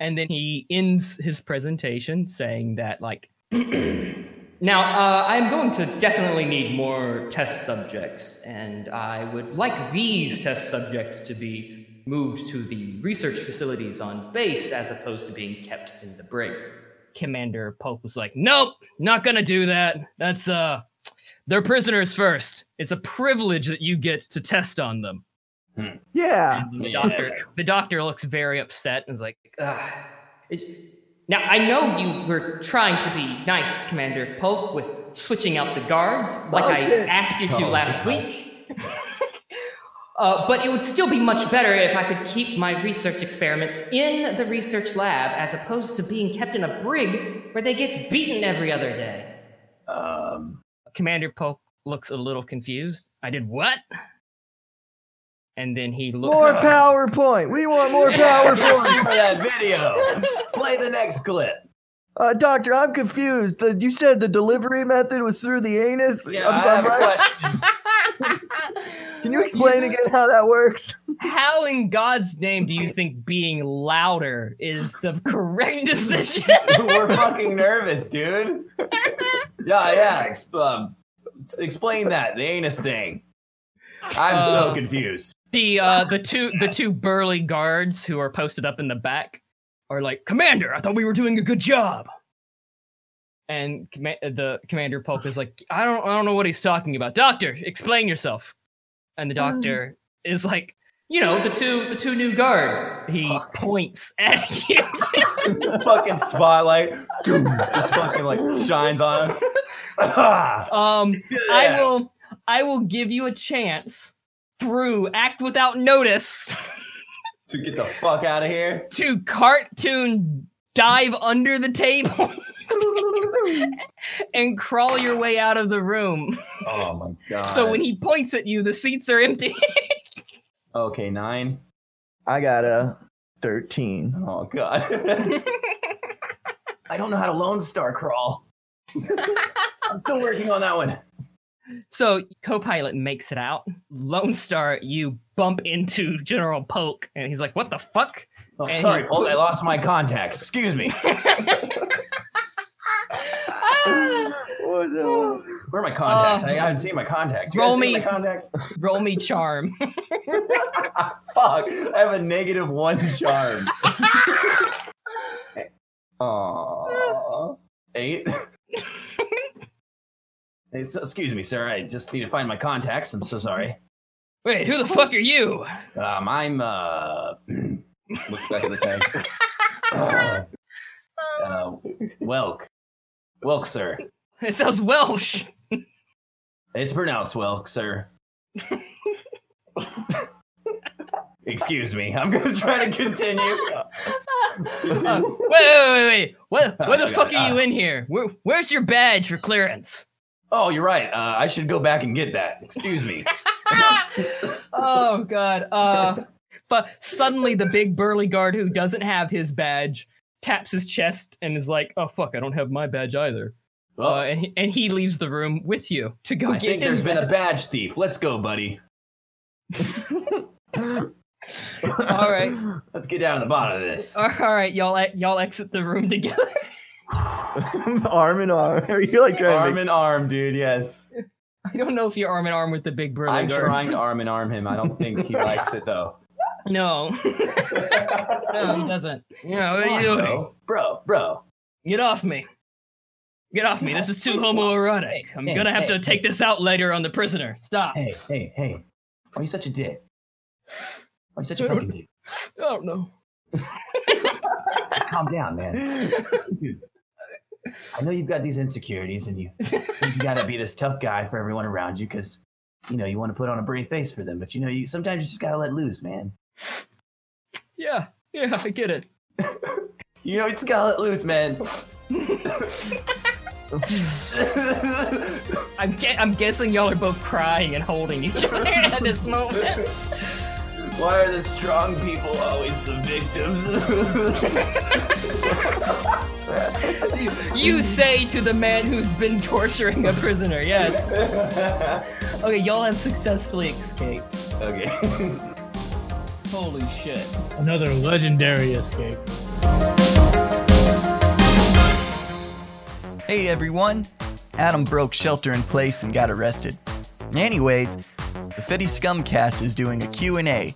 Speaker 1: and then he ends his presentation saying that like now uh, i'm going to definitely need more test subjects and i would like these test subjects to be moved to the research facilities on base as opposed to being kept in the brig commander polk was like nope not gonna do that that's uh they're prisoners first it's a privilege that you get to test on them
Speaker 7: yeah.
Speaker 1: and the doctor, the doctor looks very upset and is like, Ugh. It- "Now I know you were trying to be nice, Commander Polk, with switching out the guards, like
Speaker 7: Oh,
Speaker 1: I
Speaker 7: shit.
Speaker 1: asked you to
Speaker 5: Oh,
Speaker 1: last
Speaker 5: yeah.
Speaker 1: week. uh, but it would still be much better if I could keep my research experiments in the research lab, as opposed to being kept in a brig where they get beaten every other day."
Speaker 5: Um,
Speaker 1: Commander Polk looks a little confused. I did what? And then he looks
Speaker 7: More PowerPoint. We want more PowerPoint.
Speaker 5: for that video. Play the next clip.
Speaker 7: Uh, doctor, I'm confused. The, you said the delivery method was through the anus. I'm- I'm right. Can you explain again how that works?
Speaker 1: How in God's name do you think being louder is the correct decision?
Speaker 5: We're fucking nervous, dude. yeah, yeah. Ex- um, s- explain that the anus thing. I'm so
Speaker 1: Uh,
Speaker 5: confused.
Speaker 1: the uh, the two the two burly guards who are posted up in the back are like, Commander, I thought we were doing a good job. And comma- the commander Polk is like, I don't I don't know what he's talking about. Doctor, explain yourself. And the doctor is like, you know, the two the two new guards. He points at you.
Speaker 5: fucking spotlight, doom, just fucking like shines on us. Ah,
Speaker 1: Um, I
Speaker 5: Yeah.
Speaker 1: will, I will give you a chance through act without notice
Speaker 5: to get the fuck out of here.
Speaker 1: to cartoon dive under the table and crawl your way out of the room.
Speaker 5: Oh my god.
Speaker 1: So when he points at you, the seats are empty.
Speaker 5: okay nine.
Speaker 7: I got a 13.
Speaker 5: Oh god. I don't know how to Lone Star crawl. I'm still working on that one.
Speaker 1: so Copilot makes it out. Lone Star, you bump into General Polk, and he's like, "What the fuck?"
Speaker 5: Oh,
Speaker 1: And
Speaker 5: sorry,
Speaker 1: he-
Speaker 5: Paul, I lost my contacts. Excuse me.
Speaker 1: Ah,
Speaker 7: What the-
Speaker 5: Where are my contacts?
Speaker 1: Uh,
Speaker 5: I haven't seen my contacts. You
Speaker 1: roll
Speaker 5: guys see
Speaker 1: me-
Speaker 5: my contacts?
Speaker 1: Roll me charm.
Speaker 5: Fuck. I have a negative one charm. Aww. Eight. Hey, so- excuse me, sir. I just need to find my contacts. I'm so sorry.
Speaker 1: Wait, who the fuck are you?
Speaker 5: Um, I'm uh. looks back at the tag. uh, uh, Welk. Welk, sir.
Speaker 1: It sounds Welsh.
Speaker 5: It's pronounced Welk, sir. Excuse me. I'm gonna try to continue.
Speaker 1: Uh, wait, wait, wait, wait. What,
Speaker 5: Oh,
Speaker 1: where the
Speaker 5: God.
Speaker 1: fuck are
Speaker 5: Ah.
Speaker 1: you in here? Where, where's your badge for clearance?
Speaker 5: Oh, you're right. Uh, I should go back and get that. Excuse me.
Speaker 1: oh god. Uh, but suddenly the big burly guard who doesn't have his badge taps his chest and is like, "Oh fuck, I don't have my badge either."
Speaker 5: Well,
Speaker 1: Uh, and, he, and he leaves the room with you to go
Speaker 5: Oh. I
Speaker 1: get
Speaker 5: think
Speaker 1: his
Speaker 5: there's been a badge thief. Let's go, buddy.
Speaker 1: All right.
Speaker 5: Let's get down to the bottom of this.
Speaker 1: All right, y'all, e- y'all exit the room together.
Speaker 7: arm in arm. Are you like trying
Speaker 5: Arm in arm, dude. Yes.
Speaker 1: I don't know if you're arm in arm with the big burly
Speaker 5: I'm
Speaker 1: guard.
Speaker 5: trying to arm in arm him. I don't think he likes it though.
Speaker 1: No, no, he doesn't. You know what are you doing?
Speaker 5: Bro, bro, bro.
Speaker 1: Get off me. Get off me. This is too homoerotic. I'm
Speaker 5: hey,
Speaker 1: gonna have to
Speaker 5: hey,
Speaker 1: take this out later on the prisoner. Stop.
Speaker 5: Hey, hey, hey. Why are you such a dick? Why are you such a fucking dick?
Speaker 1: I don't know.
Speaker 5: Calm down, man. Dude, I know you've got these insecurities and you think you gotta be this tough guy for everyone around you because you know you want to put on a brave face for them, but you know you sometimes you just gotta let loose, man.
Speaker 1: Yeah, yeah, I get it.
Speaker 5: You know, it's gotta let loose, man.
Speaker 1: I'm, gue- I'm guessing y'all are both crying and holding each other at this moment.
Speaker 5: Why are the strong people always the victims?
Speaker 1: You say to the man who's been torturing a prisoner, yes. Okay, y'all have successfully escaped.
Speaker 5: okay.
Speaker 1: Holy shit.
Speaker 4: Another legendary escape.
Speaker 6: Hey everyone! Adam broke shelter in place and got arrested. Anyways, the Fetty Scumcast is doing a Q&A.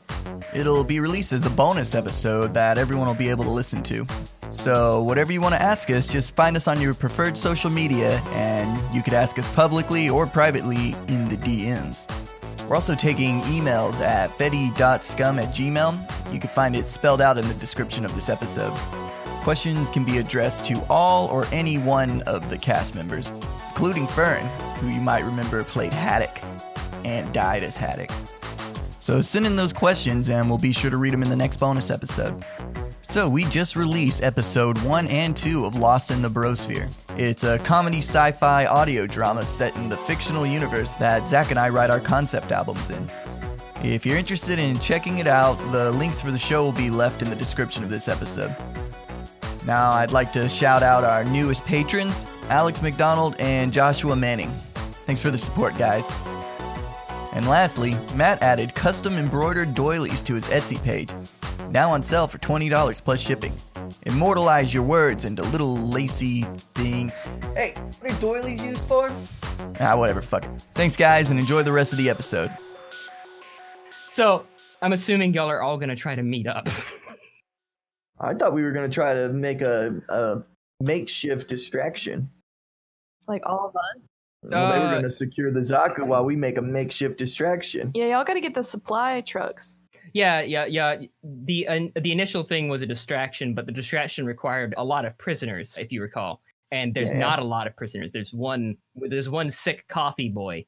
Speaker 6: It'll be released as a bonus episode that everyone will be able to listen to. So, whatever you want to ask us, just find us on your preferred social media and you could ask us publicly or privately in the DMs. We're also taking emails at fetty.scum at gmail. You can find it spelled out in the description of this episode. Questions can be addressed to all or any one of the cast members, including Fern, who you might remember played Haddock and died as Haddock. So send in those questions and we'll be sure to read them in the next bonus episode. So we just released episode 1 and 2 of Lost in the Brosphere. It's a comedy sci-fi audio drama set in the fictional universe that Zach and I write our concept albums in. If you're interested in checking it out, the links for the show will be left in the description of this episode. Now, I'd like to shout out our newest patrons, Alex McDonald and Joshua Manning. Thanks for the support, guys. And lastly, Matt added custom embroidered doilies to his Etsy page, now on sale for $20 plus shipping. Immortalize your words into little lacy things. Hey, what are doilies used for? Ah, whatever, fuck it. Thanks, guys, and enjoy the rest of the episode.
Speaker 1: So I'm assuming y'all are all gonna try to meet up.
Speaker 7: I thought we were gonna try to make a, a makeshift distraction.
Speaker 3: Like all of us.
Speaker 7: Well, they were
Speaker 1: Uh,
Speaker 7: gonna secure the Zaku while we make a makeshift distraction.
Speaker 3: Yeah, y'all gotta get the supply trucks.
Speaker 1: yeah, yeah, yeah. The uh, the initial thing was a distraction, but the distraction required a lot of prisoners, if you recall. And there's
Speaker 7: Yeah.
Speaker 1: not a lot of prisoners. There's one. There's one sick coffee boy,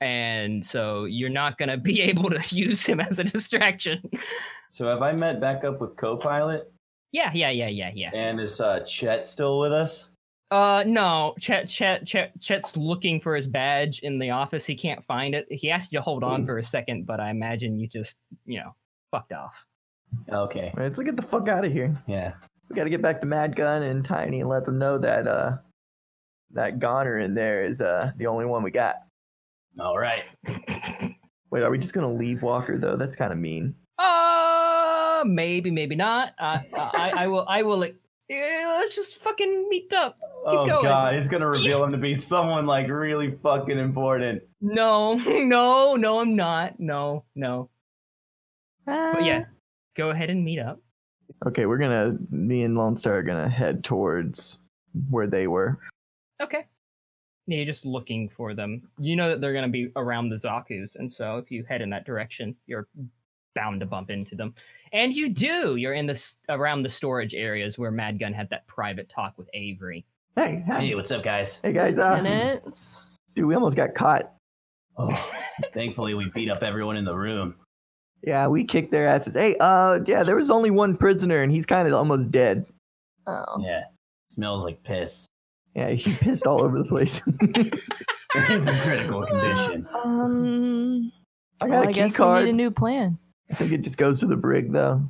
Speaker 1: and so you're not gonna be able to use him as a distraction.
Speaker 5: So have I met back up with co-pilot?
Speaker 1: yeah, yeah, yeah, yeah, yeah.
Speaker 5: And is uh, Chet still with us?
Speaker 1: Uh, no. Chet, Chet, Chet, Chet's looking for his badge in the office. He can't find it. He asked you to hold
Speaker 7: Hmm.
Speaker 1: on for a second, but I imagine you just, you know, fucked off.
Speaker 5: Okay.
Speaker 7: All right, let's get the fuck out of here.
Speaker 5: Yeah.
Speaker 7: We gotta get back to Mad Gun and Tiny and let them know that uh that goner in there is uh the only one we got.
Speaker 5: All right.
Speaker 7: Wait, are we just gonna leave Walker though? That's kind of mean.
Speaker 1: Uh, maybe, maybe not. Uh, I, I will, I will. Like, eh, let's just fucking meet up.
Speaker 5: oh
Speaker 1: going.
Speaker 5: god, it's gonna reveal him to be someone like really fucking important.
Speaker 1: No, no, no, I'm not. No, no.
Speaker 3: Uh,
Speaker 1: But yeah, go ahead and meet up.
Speaker 7: Okay, we're gonna me and Lone Star are gonna head towards where they were.
Speaker 1: Okay. Yeah, you're just looking for them. You know that they're gonna be around the Zaku's, and so if you head in that direction, you're bound to bump into them. And you do. You're in this around the storage areas where Mad Gun had that private talk with Avery.
Speaker 7: Hey,
Speaker 5: Hey,
Speaker 7: hey,
Speaker 5: what's up, guys?
Speaker 7: hey guys, uh,
Speaker 3: Lieutenants.
Speaker 7: dude, we almost got caught.
Speaker 5: Oh, thankfully we beat up everyone in the room.
Speaker 7: Yeah, we kicked their asses. Hey, uh, yeah, there was only one prisoner and he's kind of almost dead.
Speaker 3: Oh.
Speaker 5: Yeah. Smells like piss.
Speaker 7: Yeah, he pissed all over the place.
Speaker 5: It's a critical condition.
Speaker 3: Um.
Speaker 7: I
Speaker 3: well,
Speaker 7: got
Speaker 3: I
Speaker 7: a key
Speaker 3: guess
Speaker 7: card.
Speaker 3: we need a new plan.
Speaker 7: I think it just goes to the brig though.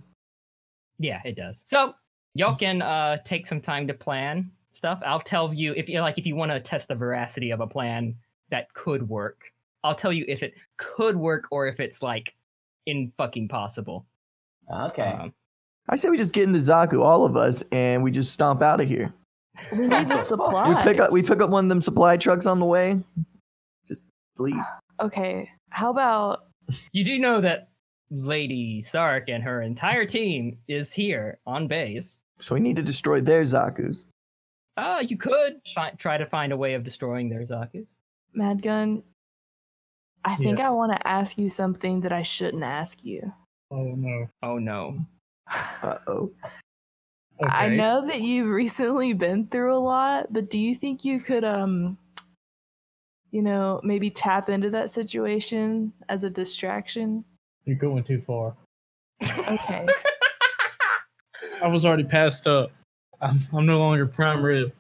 Speaker 1: Yeah, it does. So y'all can uh, take some time to plan stuff. I'll tell you if you like if you want to test the veracity of a plan that could work. I'll tell you if it could work or if it's like in fucking possible.
Speaker 5: Okay.
Speaker 1: Um,
Speaker 7: I say we just get in the Zaku, all of us, and we just stomp out of here.
Speaker 3: We need the supply.
Speaker 7: We pick up we pick up one of them supply trucks on the way. Just leave.
Speaker 3: Okay. How about
Speaker 1: you do know that Lady Sark and her entire team is here on base.
Speaker 7: So we need to destroy their Zaku's.
Speaker 1: Uh, you could fi- try to find a way of destroying their Zakus.
Speaker 3: Mad Gun? I think
Speaker 4: Yes.
Speaker 3: I want to ask you something that I shouldn't ask you.
Speaker 4: Oh no.
Speaker 1: Oh no.
Speaker 7: Uh oh.
Speaker 3: I know that you've recently been through a lot, but do you think you could um you know, maybe tap into that situation as a distraction?
Speaker 4: You're going too far.
Speaker 3: Okay.
Speaker 4: I was already passed up. I'm, I'm no longer prime rib.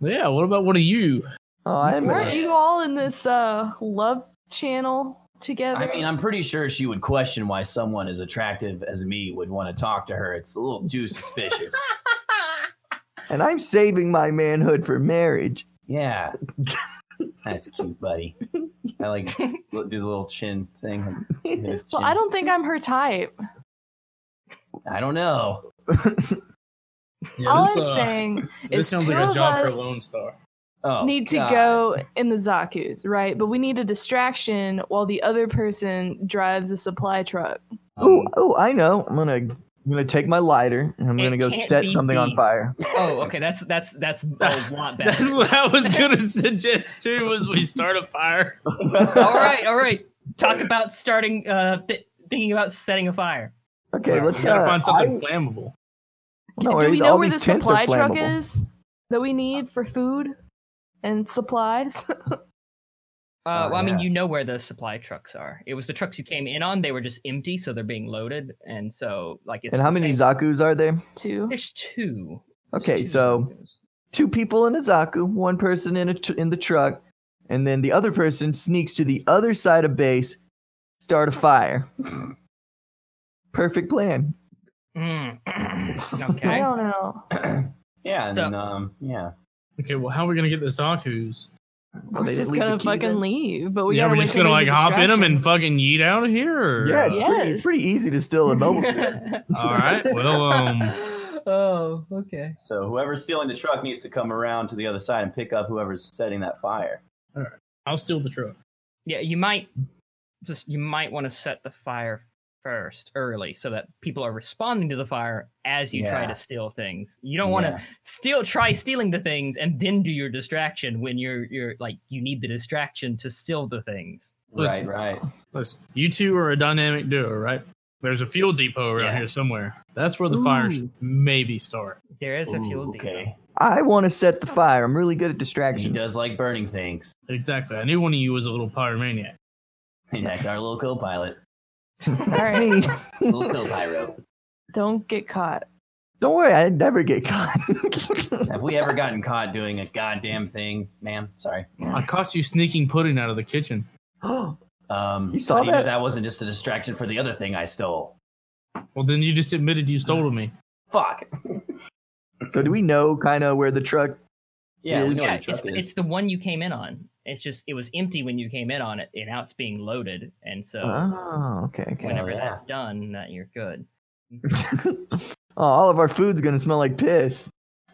Speaker 4: Yeah, what about one of you?
Speaker 7: Oh, I am.
Speaker 3: Weren't you all in this uh love channel together?
Speaker 5: I mean, I'm pretty sure she would question why someone as attractive as me would want to talk to her. It's a little too suspicious.
Speaker 7: And I'm saving my manhood for marriage.
Speaker 5: yeah. That's cute, buddy. I like do the little chin thing. Hit his
Speaker 3: well,
Speaker 5: chin.
Speaker 3: I don't think I'm her type.
Speaker 5: I don't know.
Speaker 4: Yeah,
Speaker 3: all
Speaker 4: this,
Speaker 3: I'm
Speaker 4: uh,
Speaker 3: saying
Speaker 4: this
Speaker 3: is
Speaker 4: sounds
Speaker 3: two
Speaker 4: like a
Speaker 3: of
Speaker 4: job for
Speaker 3: us-
Speaker 4: Lone Star.
Speaker 5: Oh,
Speaker 3: need to
Speaker 5: God.
Speaker 3: go in the Zaku's, right? But we need a distraction while the other person drives a supply truck.
Speaker 1: Um,
Speaker 7: Ooh, oh, I know. I'm gonna, I'm gonna take my lighter and I'm
Speaker 1: It
Speaker 7: gonna go
Speaker 1: can't
Speaker 7: set
Speaker 1: be
Speaker 7: something on
Speaker 1: these.
Speaker 7: fire.
Speaker 1: Oh, okay. That's that's that's a lot better.
Speaker 4: That's what I was gonna suggest too. Was we start a fire?
Speaker 1: all right, all right. Talk about starting, uh, th- thinking about setting a fire.
Speaker 7: Okay, let's.
Speaker 4: we gotta
Speaker 7: Uh,
Speaker 4: find something
Speaker 7: I,
Speaker 4: flammable.
Speaker 3: Do
Speaker 7: no,
Speaker 3: we
Speaker 7: worries,
Speaker 3: know
Speaker 7: all
Speaker 3: where the
Speaker 7: these tents are
Speaker 3: supply truck
Speaker 7: flammable.
Speaker 3: is that we need for food and supplies?
Speaker 1: Uh,
Speaker 5: Oh,
Speaker 1: well, I mean,
Speaker 5: yeah.
Speaker 1: you know where the supply trucks are. It was the trucks you came in on. They were just empty, so they're being loaded, and so like it's.
Speaker 7: And how
Speaker 1: the
Speaker 7: many
Speaker 1: same-
Speaker 7: zaku's are there?
Speaker 3: Too.
Speaker 1: There's two. There's
Speaker 7: Okay,
Speaker 1: two
Speaker 7: so
Speaker 1: Zaku's.
Speaker 7: two people in a zaku, one person in a tr- in the truck, and then the other person sneaks to the other side of base, start a fire. Perfect plan.
Speaker 1: Mm.
Speaker 3: I
Speaker 1: okay.
Speaker 3: don't know.
Speaker 5: yeah, and
Speaker 1: So-
Speaker 5: then, um, yeah.
Speaker 4: Okay, well, how are we gonna get the Zaku's?
Speaker 7: Well,
Speaker 3: We're
Speaker 7: they
Speaker 3: just
Speaker 7: didn't leave the
Speaker 3: gonna
Speaker 7: keys
Speaker 3: fucking
Speaker 7: in?
Speaker 3: leave, but we
Speaker 4: Oh, yeah,
Speaker 3: gotta
Speaker 4: we're
Speaker 3: wait
Speaker 4: just
Speaker 3: till
Speaker 4: gonna like
Speaker 3: there's a
Speaker 4: hop in them and
Speaker 3: distraction.
Speaker 4: fucking yeet out of here. or-
Speaker 7: Yeah, it's, pretty,
Speaker 3: Yes.
Speaker 7: it's pretty easy to steal a noble.
Speaker 4: All right. Well, um,
Speaker 1: oh, okay.
Speaker 5: So whoever's stealing the truck needs to come around to the other side and pick up whoever's setting that fire.
Speaker 4: I'll steal the truck.
Speaker 1: Yeah, you might just you might want to set the fire first early so that people are responding to the fire as you try
Speaker 5: Yeah.
Speaker 1: to steal things. You don't want to steal try stealing the things and then do your distraction when you're you're like you need the distraction to steal the things.
Speaker 5: Right,
Speaker 4: Listen.
Speaker 5: right.
Speaker 4: Listen, you two are a dynamic duo, right? There's a fuel depot around
Speaker 1: Yeah.
Speaker 4: here somewhere. That's where the fires maybe start.
Speaker 1: There is a fuel
Speaker 5: Ooh,
Speaker 1: depot.
Speaker 5: okay.
Speaker 7: I want to set the fire. I'm really good at
Speaker 5: He
Speaker 7: distractions.
Speaker 5: does like burning things.
Speaker 4: Exactly. I knew one of you was a little pyromaniac.
Speaker 5: And that's our little co-pilot,
Speaker 3: All right,
Speaker 7: Me.
Speaker 5: little co-pyro.
Speaker 3: don't get caught.
Speaker 7: Don't worry, I never get caught.
Speaker 5: Have we ever gotten caught doing a goddamn thing, ma'am? Sorry.
Speaker 4: I caught you sneaking pudding out of the kitchen.
Speaker 5: Um,
Speaker 7: You saw
Speaker 5: how do know
Speaker 7: that?
Speaker 5: that wasn't just a distraction for the other thing I stole.
Speaker 4: Well, then you just admitted you stole me.
Speaker 5: Fuck.
Speaker 7: so do we know kind of where the truck?
Speaker 5: Yeah, we
Speaker 7: Yes.
Speaker 5: know
Speaker 1: Yeah,
Speaker 5: what a
Speaker 1: it's,
Speaker 5: truck is.
Speaker 1: it's the one you came in on. It's just it was empty when you came in on it, and now it's being loaded, and so
Speaker 7: Oh, okay, okay.
Speaker 1: whenever
Speaker 5: Uh-huh. yeah.
Speaker 1: that's done, that you're good.
Speaker 7: oh, all of our food's gonna smell like piss.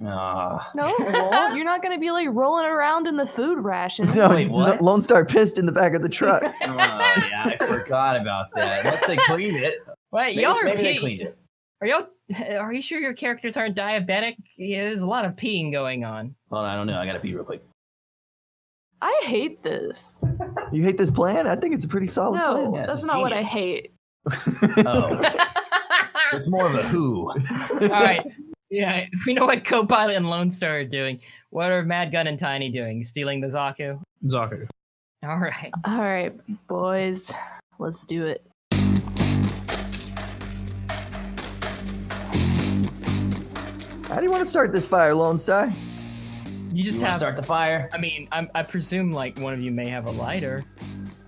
Speaker 5: Ah.
Speaker 3: No, it won't. you're not gonna be like rolling around in the food ration.
Speaker 7: No,
Speaker 5: Wait,
Speaker 7: it's
Speaker 5: what?
Speaker 7: Lone Star pissed in the back of the truck.
Speaker 5: Oh,
Speaker 1: Ah.
Speaker 5: yeah, I forgot about that. Unless they cleaned it.
Speaker 1: Wait,
Speaker 5: Maybe,
Speaker 1: y'all are
Speaker 5: maybe they
Speaker 1: pe-
Speaker 5: cleaned it.
Speaker 1: Are y'all? Are you sure your characters aren't diabetic? Yeah, there's a lot of peeing going on.
Speaker 5: Hold on, I don't know. I gotta pee real quick.
Speaker 3: I hate this.
Speaker 7: you hate this plan? I think it's a pretty solid
Speaker 3: No,
Speaker 5: yeah, this
Speaker 3: that's
Speaker 5: is
Speaker 3: not what I
Speaker 5: genius.
Speaker 3: hate.
Speaker 5: Oh,
Speaker 1: All
Speaker 5: it's more of a who.
Speaker 1: right. Yeah, we know what Copilot and Lone Star are doing. What are Mad Gun and Tiny doing? Stealing the Zaku?
Speaker 4: Zaku.
Speaker 1: All right.
Speaker 3: All right, boys, let's do it.
Speaker 7: How do you want to start this fire, Lone Star?
Speaker 1: You just
Speaker 5: You wanna
Speaker 1: have.
Speaker 5: start the fire?
Speaker 1: I mean, I'm, I presume like one of you may have a lighter.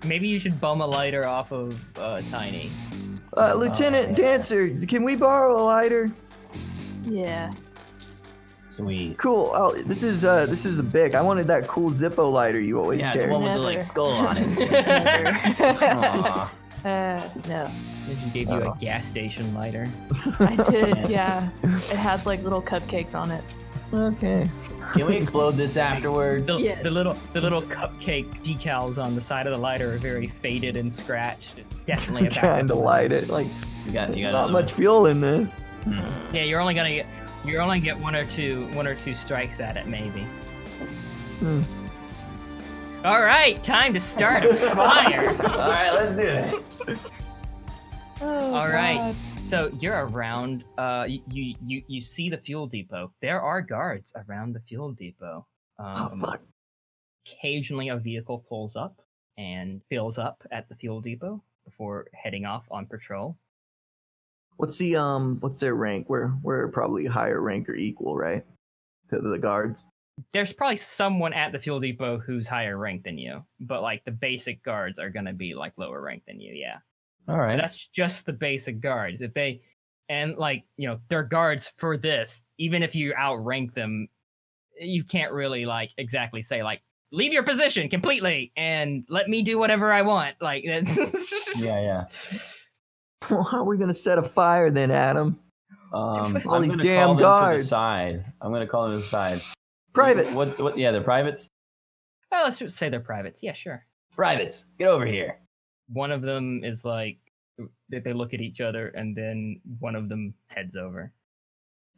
Speaker 1: Maybe you should bum a lighter off of uh, Tiny.
Speaker 7: Uh, Lieutenant Dancer, can we borrow a lighter?
Speaker 3: Yeah.
Speaker 5: Sweet.
Speaker 7: Cool. Oh, this is uh, this is a big. I wanted that cool Zippo lighter you always
Speaker 5: Yeah, the
Speaker 7: carry.
Speaker 5: one with the
Speaker 3: Never.
Speaker 5: like skull on it.
Speaker 3: Never.
Speaker 5: Aw.
Speaker 3: uh, no.
Speaker 1: If you gave you a gas station lighter.
Speaker 3: I did, yeah. It had like little cupcakes on it.
Speaker 7: Okay.
Speaker 5: Can we explode this afterwards?
Speaker 1: The,
Speaker 3: Yes.
Speaker 1: the little the little cupcake decals on the side of the lighter are very faded and scratched. It's Definitely a
Speaker 7: Trying to
Speaker 1: backup.
Speaker 7: light it. Like,
Speaker 5: You got, you got
Speaker 7: not
Speaker 5: another
Speaker 7: much fuel in this.
Speaker 1: Yeah, you're only gonna get you're only get one or two one or two strikes at it maybe.
Speaker 7: Hmm.
Speaker 1: All right, time to start a fire.
Speaker 5: one. All right, let's do it.
Speaker 3: Oh,
Speaker 1: All right. so you're around. Uh, you, you you you see the fuel depot. There are guards around the fuel depot. Um,
Speaker 7: oh fuck.
Speaker 1: occasionally a vehicle pulls up and fills up at the fuel depot before heading off on patrol.
Speaker 7: What's the um? What's their rank? We're we're probably higher rank or equal, right? To the guards.
Speaker 1: There's probably someone at the fuel depot who's higher ranked than you, but like the basic guards are gonna be like lower ranked than you. Yeah.
Speaker 5: All
Speaker 1: And
Speaker 5: right.
Speaker 1: that's just the basic guards. If they and like, you know, they're guards for this, even if you outrank them, you can't really like exactly say like leave your position completely and let me do whatever I want. Like that's
Speaker 5: Yeah, yeah.
Speaker 7: Well, how are we gonna set a fire then, Adam?
Speaker 5: Um,
Speaker 7: All
Speaker 5: I'm
Speaker 7: these
Speaker 5: gonna
Speaker 7: damn
Speaker 5: call them to the
Speaker 7: guards.
Speaker 5: side. I'm gonna call them to the side.
Speaker 7: Privates.
Speaker 5: What? What? Yeah, they're privates.
Speaker 1: Oh, let's just say they're privates. Yeah, sure.
Speaker 5: Privates, get over here.
Speaker 1: One of them is like they they look at each other and then one of them heads over.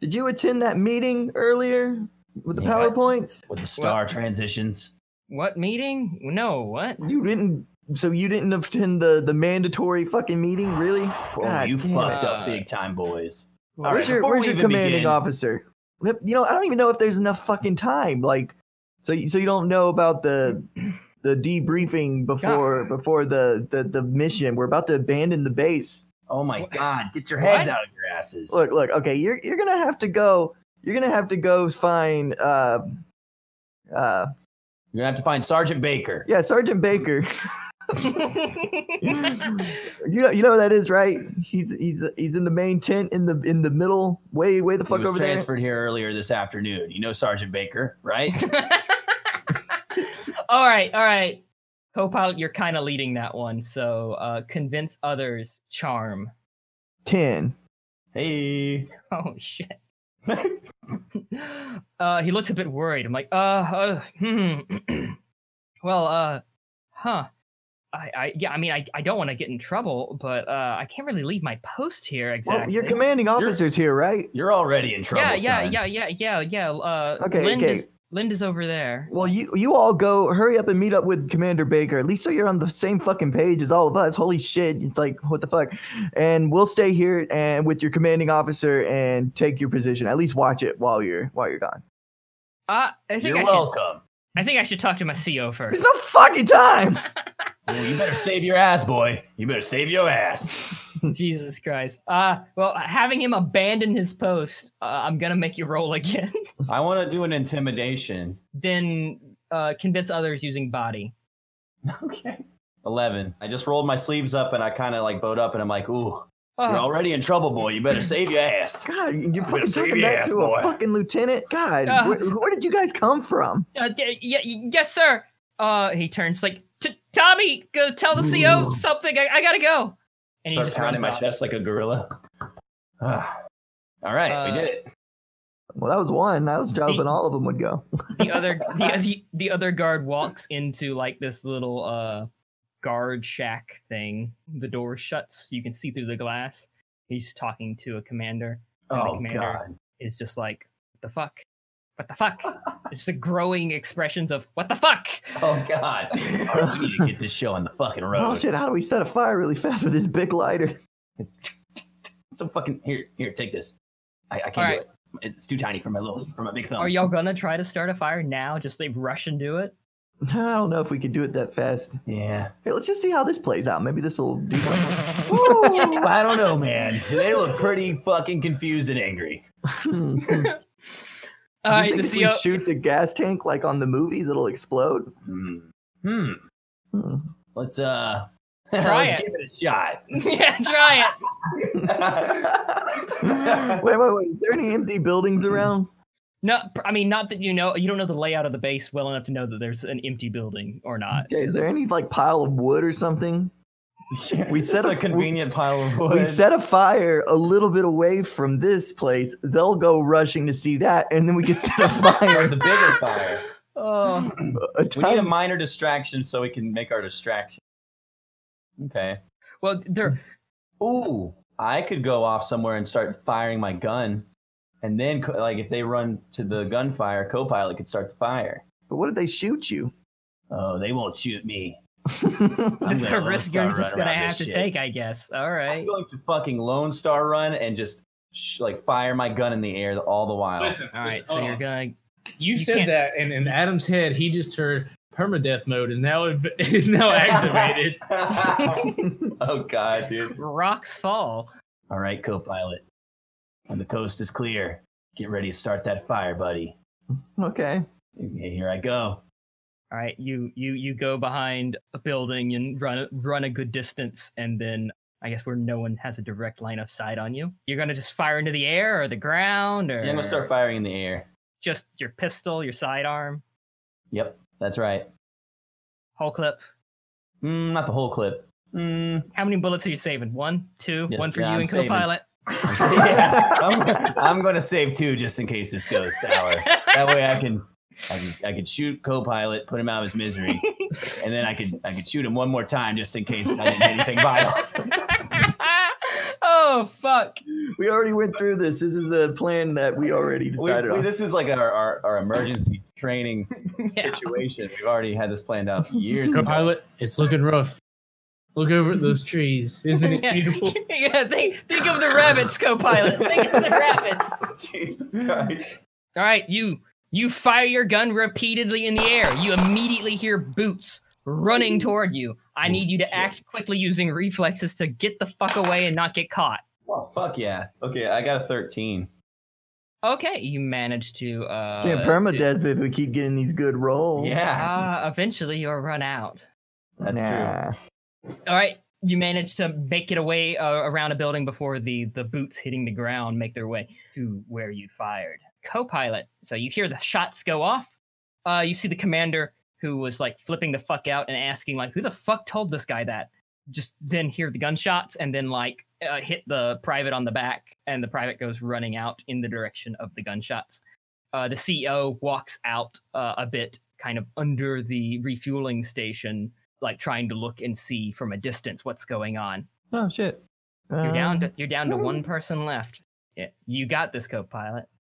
Speaker 7: Did you attend that meeting earlier with the
Speaker 5: Yeah.
Speaker 7: PowerPoints?
Speaker 5: With the star transitions.
Speaker 1: What meeting? No, what?
Speaker 7: You didn't. So you didn't attend the the mandatory fucking meeting, really?
Speaker 5: Oh,
Speaker 7: God
Speaker 5: you
Speaker 7: damn.
Speaker 5: fucked
Speaker 1: Uh,
Speaker 5: up big time, boys. All
Speaker 7: Where's
Speaker 5: right,
Speaker 7: your
Speaker 5: before
Speaker 7: Where's
Speaker 5: we
Speaker 7: your
Speaker 5: even
Speaker 7: commanding
Speaker 5: begin-
Speaker 7: officer? Yep, You know, I don't even know if there's enough fucking time. Like, so you, so you don't know about the the debriefing before before the, the the mission. We're about to abandon the base.
Speaker 5: Oh my
Speaker 1: What?
Speaker 5: god, get your heads
Speaker 1: What?
Speaker 5: out of your asses.
Speaker 7: Look, look. Okay, you're you're gonna have to go. You're gonna have to go find. Uh, uh,
Speaker 5: You're gonna have to find Sergeant Baker.
Speaker 7: yeah, Sergeant Baker. You know, you know what that is, right? He's he's he's in the main tent in the in the middle, way way the fuck
Speaker 5: he was
Speaker 7: over there.
Speaker 5: transferred here earlier this afternoon. You know Sergeant Baker, right?
Speaker 1: all right, all right. Copilot, you're kind of leading that one. So uh, convince others, charm.
Speaker 7: Ten.
Speaker 5: Hey.
Speaker 1: Oh, shit. uh, he looks a bit worried. I'm like, uh, uh hmm. well, uh, huh. I, I, yeah, I mean, I, I don't want to get in trouble, but uh, I can't really leave my post here exactly.
Speaker 7: Well, your commanding officer's here, right?
Speaker 5: You're already in trouble.
Speaker 1: yeah, yeah,
Speaker 5: son.
Speaker 1: yeah, yeah, yeah, yeah. Uh,
Speaker 7: Okay,
Speaker 1: Lind
Speaker 7: okay.
Speaker 1: is Lind is over there.
Speaker 7: Well, you you all go hurry up and meet up with Commander Baker. At least so you're on the same fucking page as all of us. Holy shit! It's like what the fuck. And we'll stay here and with your commanding officer and take your position. At least watch it while you're while you're gone.
Speaker 1: Uh, I think
Speaker 5: You're
Speaker 1: I should.
Speaker 5: welcome.
Speaker 1: I think I should talk to my CO first.
Speaker 7: There's no fucking time.
Speaker 5: Well, you better save your ass, boy. You better save your ass.
Speaker 1: Jesus Christ. Uh, well, having him abandon his post, uh, I'm gonna make you roll again.
Speaker 5: I want to do an intimidation.
Speaker 1: then uh, convince others using body.
Speaker 5: Okay. 11. I just rolled my sleeves up and I kind of like bowed up and I'm like, ooh, you're
Speaker 1: Oh,
Speaker 5: already in trouble, boy. You better save your ass.
Speaker 7: God, you're
Speaker 5: gonna
Speaker 7: fucking
Speaker 5: save
Speaker 7: talking
Speaker 5: your
Speaker 7: back
Speaker 5: ass,
Speaker 7: to
Speaker 5: boy.
Speaker 7: a fucking lieutenant. God,
Speaker 1: Ah.
Speaker 7: where, where did you guys come from?
Speaker 1: uh, d- y- y- yes, sir. Uh, he turns like, "T- Tommy, go tell the CO something. I, I gotta go. And he
Speaker 5: Start
Speaker 1: just
Speaker 5: pounding
Speaker 1: runs
Speaker 5: my
Speaker 1: off.
Speaker 5: chest like a gorilla. Ah. All right,
Speaker 1: Uh,
Speaker 5: we did it.
Speaker 7: Well, that was one. I was hoping all of them would go.
Speaker 1: The other, the, the, the other guard walks into like this little uh guard shack thing. The door shuts. You can see through the glass. He's talking to a commander. and the
Speaker 5: Oh,
Speaker 1: commander
Speaker 5: God.
Speaker 1: is just like, what the fuck? What the fuck? it's the growing expressions of what the fuck.
Speaker 5: Oh, God. All right, we need to get this show on the fucking
Speaker 7: Oh
Speaker 5: road.
Speaker 7: shit! How do we set a fire really fast with this big lighter?
Speaker 5: so fucking, here, here, take this. I, I can't
Speaker 1: All
Speaker 5: do
Speaker 1: right.
Speaker 5: it. It's too tiny for my little, for my big thumb.
Speaker 1: Are y'all gonna try to start a fire now? Just like rush and do it?
Speaker 7: I don't know if we could do it that fast.
Speaker 5: Yeah.
Speaker 7: Hey, let's just see how this plays out. Maybe this will do something.
Speaker 5: I don't know, man. They look pretty fucking confused and angry.
Speaker 7: Hmm.
Speaker 1: All
Speaker 7: you
Speaker 1: right, the E
Speaker 7: think if we
Speaker 1: CO.
Speaker 7: shoot the gas tank like on the movies, it'll explode?
Speaker 5: Hmm. Hmm.
Speaker 7: Hmm.
Speaker 5: Let's uh
Speaker 1: Try
Speaker 5: let's
Speaker 1: it.
Speaker 5: give it a shot.
Speaker 1: yeah, try it.
Speaker 7: wait, wait, wait. Is there any empty buildings around?
Speaker 1: No, I mean not that you know. You don't know the layout of the base well enough to know that there's an empty building or not.
Speaker 7: Okay, is there any like pile of wood or something? We
Speaker 5: It's
Speaker 7: set
Speaker 5: a
Speaker 7: a-
Speaker 5: convenient pile of wood.
Speaker 7: We set a fire a little bit away from this place. They'll go rushing to see that, and then we can set a
Speaker 5: Or
Speaker 7: fire.
Speaker 5: the bigger fire.
Speaker 1: Oh,
Speaker 7: a
Speaker 5: We need a
Speaker 7: time.
Speaker 5: minor distraction so we can make our distraction. Okay.
Speaker 1: well, there.
Speaker 5: Ooh, I could go off somewhere and start firing my gun, and then co- like if they run to the gunfire, co-pilot could start the fire.
Speaker 7: But what if they shoot you?
Speaker 5: Oh, they won't shoot me. I'm
Speaker 1: This is
Speaker 5: gonna
Speaker 1: a
Speaker 5: Lone
Speaker 1: risk
Speaker 5: Star
Speaker 1: you're just
Speaker 5: run
Speaker 1: gonna
Speaker 5: around
Speaker 1: have
Speaker 5: this
Speaker 1: to
Speaker 5: shit.
Speaker 1: take, I guess. All
Speaker 5: I'm
Speaker 1: right.
Speaker 5: going to fucking Lone Star run and just sh- like fire my gun in the air all the while.
Speaker 4: Listen,
Speaker 1: All right.
Speaker 4: listen,
Speaker 1: So
Speaker 4: hold
Speaker 1: you're
Speaker 4: on.
Speaker 1: gonna.
Speaker 4: You,
Speaker 1: you
Speaker 4: said
Speaker 1: can't-
Speaker 4: that, and in Adam's head, he just heard permadeath mode is now is now activated.
Speaker 5: oh god, dude.
Speaker 1: Rocks fall.
Speaker 5: All right, co-pilot. When the coast is clear, get ready to start that fire, buddy.
Speaker 7: Okay.
Speaker 5: Okay, here I go.
Speaker 1: All right, you you you go behind a building and run run a good distance, and then I guess where no one has a direct line of sight on you, you're gonna just fire into the air or the ground or
Speaker 5: Yeah, I'm gonna start firing in the air.
Speaker 1: just your pistol, your sidearm,
Speaker 5: Yep, that's right.
Speaker 1: whole clip.
Speaker 5: Mm, not the whole clip. Mm,
Speaker 1: How many bullets are you saving? One, two,
Speaker 5: Yes,
Speaker 1: one for
Speaker 5: yeah,
Speaker 1: you
Speaker 5: I'm
Speaker 1: and
Speaker 5: saving.
Speaker 1: co-pilot.
Speaker 5: I'm, I'm gonna save two just in case this goes sour. That way I can, I can, I can shoot co-pilot, put him out of his misery, and then I could, I could shoot him one more time just in case I didn't hit anything vital.
Speaker 1: oh fuck!
Speaker 7: We already went through this. This is a plan that we already
Speaker 5: We,
Speaker 7: decided
Speaker 5: we-
Speaker 7: on.
Speaker 5: this is like our, our, our emergency training
Speaker 1: Yeah.
Speaker 5: situation. We've already had this planned out for years
Speaker 1: Hmm.
Speaker 4: Go
Speaker 5: ago.
Speaker 4: pilot, it's looking rough. Look over at those trees. Isn't it
Speaker 1: Yeah.
Speaker 4: beautiful?
Speaker 1: yeah, think, think of the rabbits, co-pilot. Think of the rabbits.
Speaker 5: Jesus Christ.
Speaker 1: All right, you you fire your gun repeatedly in the air. You immediately hear boots running toward you. I need you to act quickly using reflexes to get the fuck away and not get caught.
Speaker 5: Oh, fuck yes. Okay, I got a 13.
Speaker 1: Okay, you manage to uh
Speaker 7: Can't permadeath if we keep getting these good rolls.
Speaker 1: to-
Speaker 5: Yeah,
Speaker 1: uh eventually you'll run out.
Speaker 5: that's true.
Speaker 7: Nah.
Speaker 1: All right, you manage to make it away uh, around a building before the the boots hitting the ground make their way to where you fired. Co-pilot. So you hear the shots go off. Uh, you see the commander who was like flipping the fuck out and asking like, "Who the fuck told this guy that?" Just then hear the gunshots and then like uh, hit the private on the back, and the private goes running out in the direction of the gunshots. Uh, the CEO walks out uh, a bit, kind of under the refueling station, like trying to look and see from a distance what's going on.
Speaker 7: Oh shit.
Speaker 1: You're
Speaker 7: Uh,
Speaker 1: down to you're down to one person left. Yeah, you got this, co-pilot.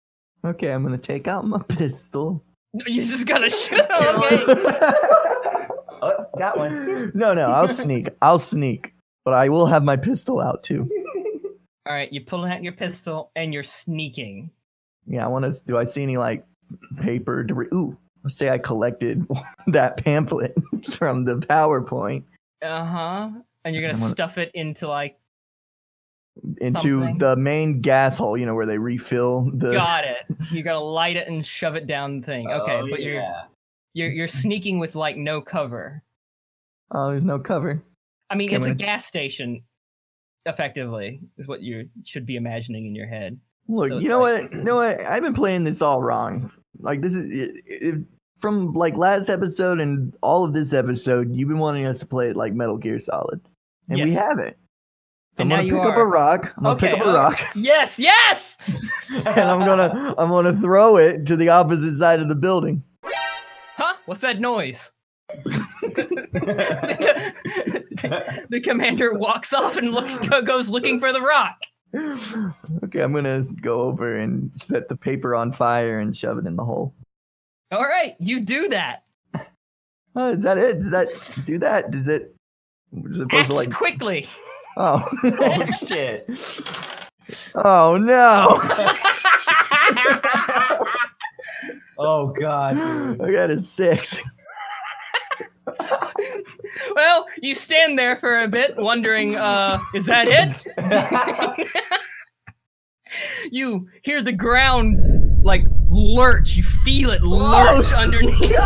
Speaker 7: Okay, I'm gonna take out my pistol.
Speaker 1: You just gotta shoot. okay.
Speaker 5: oh, got one.
Speaker 7: no, no, I'll sneak. I'll sneak, but I will have my pistol out too.
Speaker 1: All right, you're pulling out your pistol and you're sneaking.
Speaker 7: Yeah, I want to. Do I see any like paper debris? Ooh, let's say I collected that pamphlet from the PowerPoint
Speaker 1: Uh huh. And you're gonna
Speaker 7: I'm gonna-
Speaker 1: stuff it into like
Speaker 7: into
Speaker 1: Something.
Speaker 7: the main gas hole. You know where they refill the.
Speaker 1: got it. You're gonna light it and shove it down the thing. Okay,
Speaker 5: Oh,
Speaker 1: but you're
Speaker 5: yeah.
Speaker 1: you're you're sneaking with like no cover.
Speaker 7: Oh, there's no cover.
Speaker 1: I mean,
Speaker 7: Okay, I'm
Speaker 1: it's a
Speaker 7: gonna-
Speaker 1: gas station, effectively, is what you should be imagining in your head.
Speaker 7: Look,
Speaker 1: So it's
Speaker 7: you know
Speaker 1: like-
Speaker 7: what? You know what? I've been playing this all wrong. Like this is it, it, from like last episode and all of this episode. You've been wanting us to play it like Metal Gear Solid, and we
Speaker 1: Yes.
Speaker 7: haven't. So
Speaker 1: And now
Speaker 7: I'm gonna
Speaker 1: you
Speaker 7: pick up a
Speaker 1: are.
Speaker 7: rock. I'm gonna
Speaker 1: Okay,
Speaker 7: pick up a
Speaker 1: okay.
Speaker 7: rock,
Speaker 1: Yes, yes.
Speaker 7: and I'm gonna I'm gonna throw it to the opposite side of the building.
Speaker 1: Huh? What's that noise? the commander walks off and looks goes looking for the rock.
Speaker 7: okay, I'm gonna go over and set the paper on fire and shove it in the hole.
Speaker 1: All right, you do that.
Speaker 7: Oh, is that it? Does that do that? Does it? Is it supposed
Speaker 1: Act
Speaker 7: to like?
Speaker 1: quickly.
Speaker 7: Oh,
Speaker 5: oh shit.
Speaker 7: oh no!
Speaker 5: Oh god. dude.
Speaker 7: I got a six.
Speaker 1: well, you stand there for a bit, wondering, uh, is that it? you hear the ground like lurch. You feel it lurch underneath,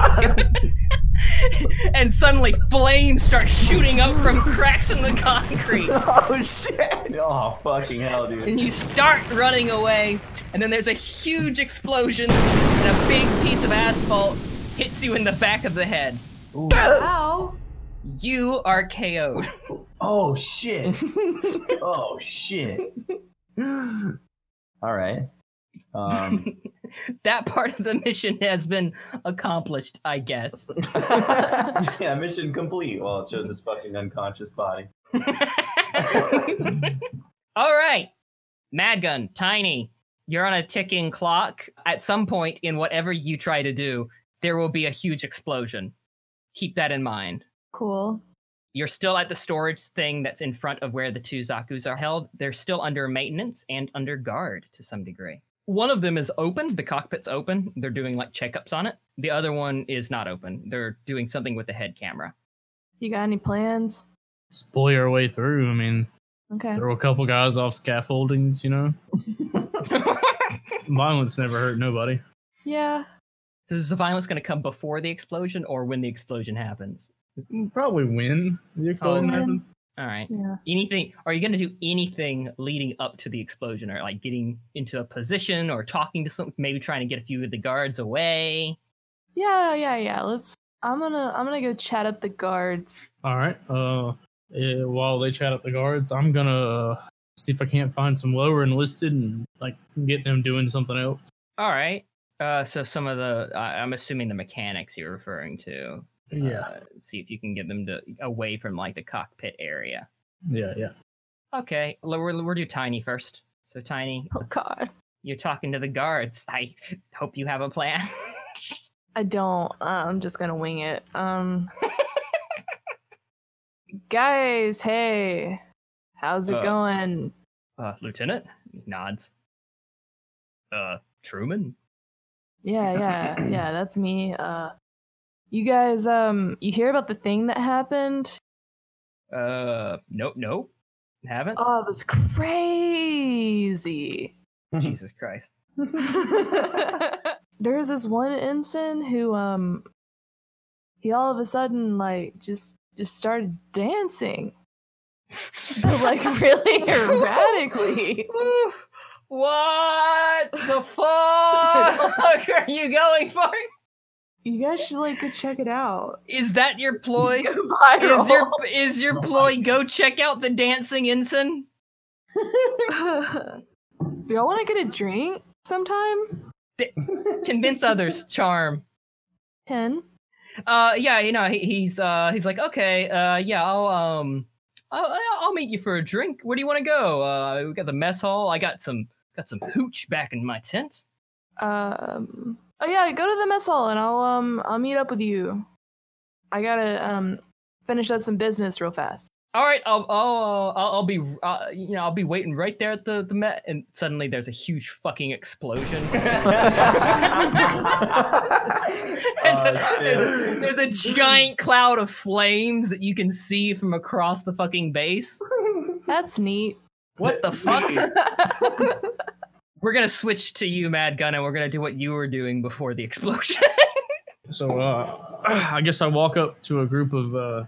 Speaker 1: and suddenly flames start shooting up from cracks in the concrete.
Speaker 7: Oh shit!
Speaker 5: Oh fucking hell, dude.
Speaker 1: and you start running away, and then there's a huge explosion, and a big piece of asphalt hits you in the back of the head.
Speaker 3: Ow.
Speaker 1: You are KO'd.
Speaker 5: Oh shit. Oh shit. All right. Um,
Speaker 1: that part of the mission has been accomplished, I guess.
Speaker 5: yeah, mission complete. Well, it shows his fucking unconscious body.
Speaker 1: All right. Madgun, Tiny, you're on a ticking clock. At some point in whatever you try to do, there will be a huge explosion. Keep that in mind.
Speaker 3: Cool.
Speaker 1: you're still at the storage thing that's in front of where the two Zaku's are held. They're still under maintenance and under guard to some degree. One of them is open, the cockpit's open. They're doing like checkups on it. The other one is not open. They're doing something with the head camera.
Speaker 3: You got any plans?
Speaker 4: Just bully our way through. I mean,
Speaker 3: Okay.
Speaker 4: throw a couple guys off scaffoldings. You know, violence never hurt nobody.
Speaker 3: Yeah.
Speaker 1: so is the violence going to come before the explosion or when the explosion happens?
Speaker 4: Probably win. The explosion
Speaker 1: Oh.
Speaker 4: happens.
Speaker 1: All right.
Speaker 3: Yeah.
Speaker 1: Anything? Are you going to do anything leading up to the explosion, or like getting into a position, or talking to some? Maybe trying to get a few of the guards away.
Speaker 3: Yeah, yeah, yeah. Let's I'm gonna I'm gonna go chat up the guards.
Speaker 4: All right. Uh, eh, while they chat up the guards, I'm gonna uh, see if I can't find some lower enlisted and like get them doing something else.
Speaker 1: All right. Uh, so some of the, uh, I'm assuming the mechanics you're referring to.
Speaker 4: Yeah.
Speaker 1: Uh, see if you can get them to away from like the cockpit area.
Speaker 4: Yeah. Yeah.
Speaker 1: Okay. l- We'll, we'll do Tiny first. So Tiny,
Speaker 3: Oh god.
Speaker 1: you're talking to the guards. I hope you have a plan.
Speaker 3: I don't. Uh, I'm just gonna wing it. Um Guys, hey. How's it
Speaker 1: Uh.
Speaker 3: going?
Speaker 1: Uh, Lieutenant he nods. Uh, Truman.
Speaker 3: Yeah, yeah, yeah, that's me. Uh you guys um you hear about the thing that happened?
Speaker 1: Uh, nope, nope, haven't.
Speaker 3: Oh, it was crazy.
Speaker 1: Jesus Christ.
Speaker 3: there was this one ensign who um he all of a sudden like just just started dancing but, like really erratically
Speaker 1: Woo! What the fuck are you going for?
Speaker 3: You guys should like go check it out.
Speaker 1: Is that your ploy?
Speaker 3: Go viral.
Speaker 1: Is your is your ploy go check out the dancing ensign?
Speaker 3: Do y'all want to get a drink sometime?
Speaker 1: Convince others, charm.
Speaker 3: Ten.
Speaker 1: Uh, yeah, you know he, he's uh he's like okay, uh yeah I'll um I'll, I'll meet you for a drink. Where do you want to go? Uh, we got the mess hall. I got some got some hooch back in my tent.
Speaker 3: Um. Oh yeah, go to the mess hall and I'll um I'll meet up with you. I gotta um finish up some business real fast.
Speaker 1: All right, I'll I'll I'll, I'll be uh, you know I'll be waiting right there at the the Met, and suddenly there's a huge fucking explosion. there's, a,
Speaker 5: Oh,
Speaker 1: there's a- there's a giant cloud of flames that you can see from across the fucking base.
Speaker 3: That's neat.
Speaker 1: What the fuck? we're gonna switch to you, Mad Gun, and we're gonna do what you were doing before the explosion.
Speaker 4: So uh, I guess I walk up to a group of uh,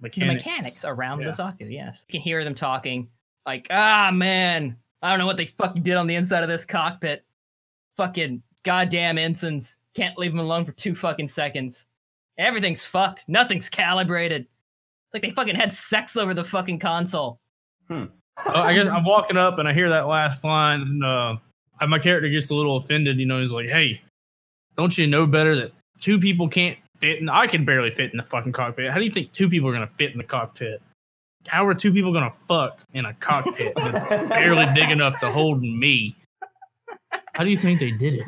Speaker 1: the
Speaker 4: mechanics.
Speaker 1: mechanics around
Speaker 4: Yeah.
Speaker 1: the Zaku, yes. You can hear them talking, like, ah, man, I don't know what they fucking did on the inside of this cockpit. Fucking goddamn ensigns. Can't leave them alone for two fucking seconds. Everything's fucked. Nothing's calibrated. It's like they fucking had sex over the fucking console.
Speaker 4: Uh, I guess I'm walking up and I hear that last line, and uh, and my character gets a little offended. You know, he's like, "Hey, don't you know better that two people can't fit? And I can barely fit in the fucking cockpit. How do you think two people are gonna fit in the cockpit? How are two people gonna fuck in a cockpit that's barely big enough to hold me? How do you think they did it?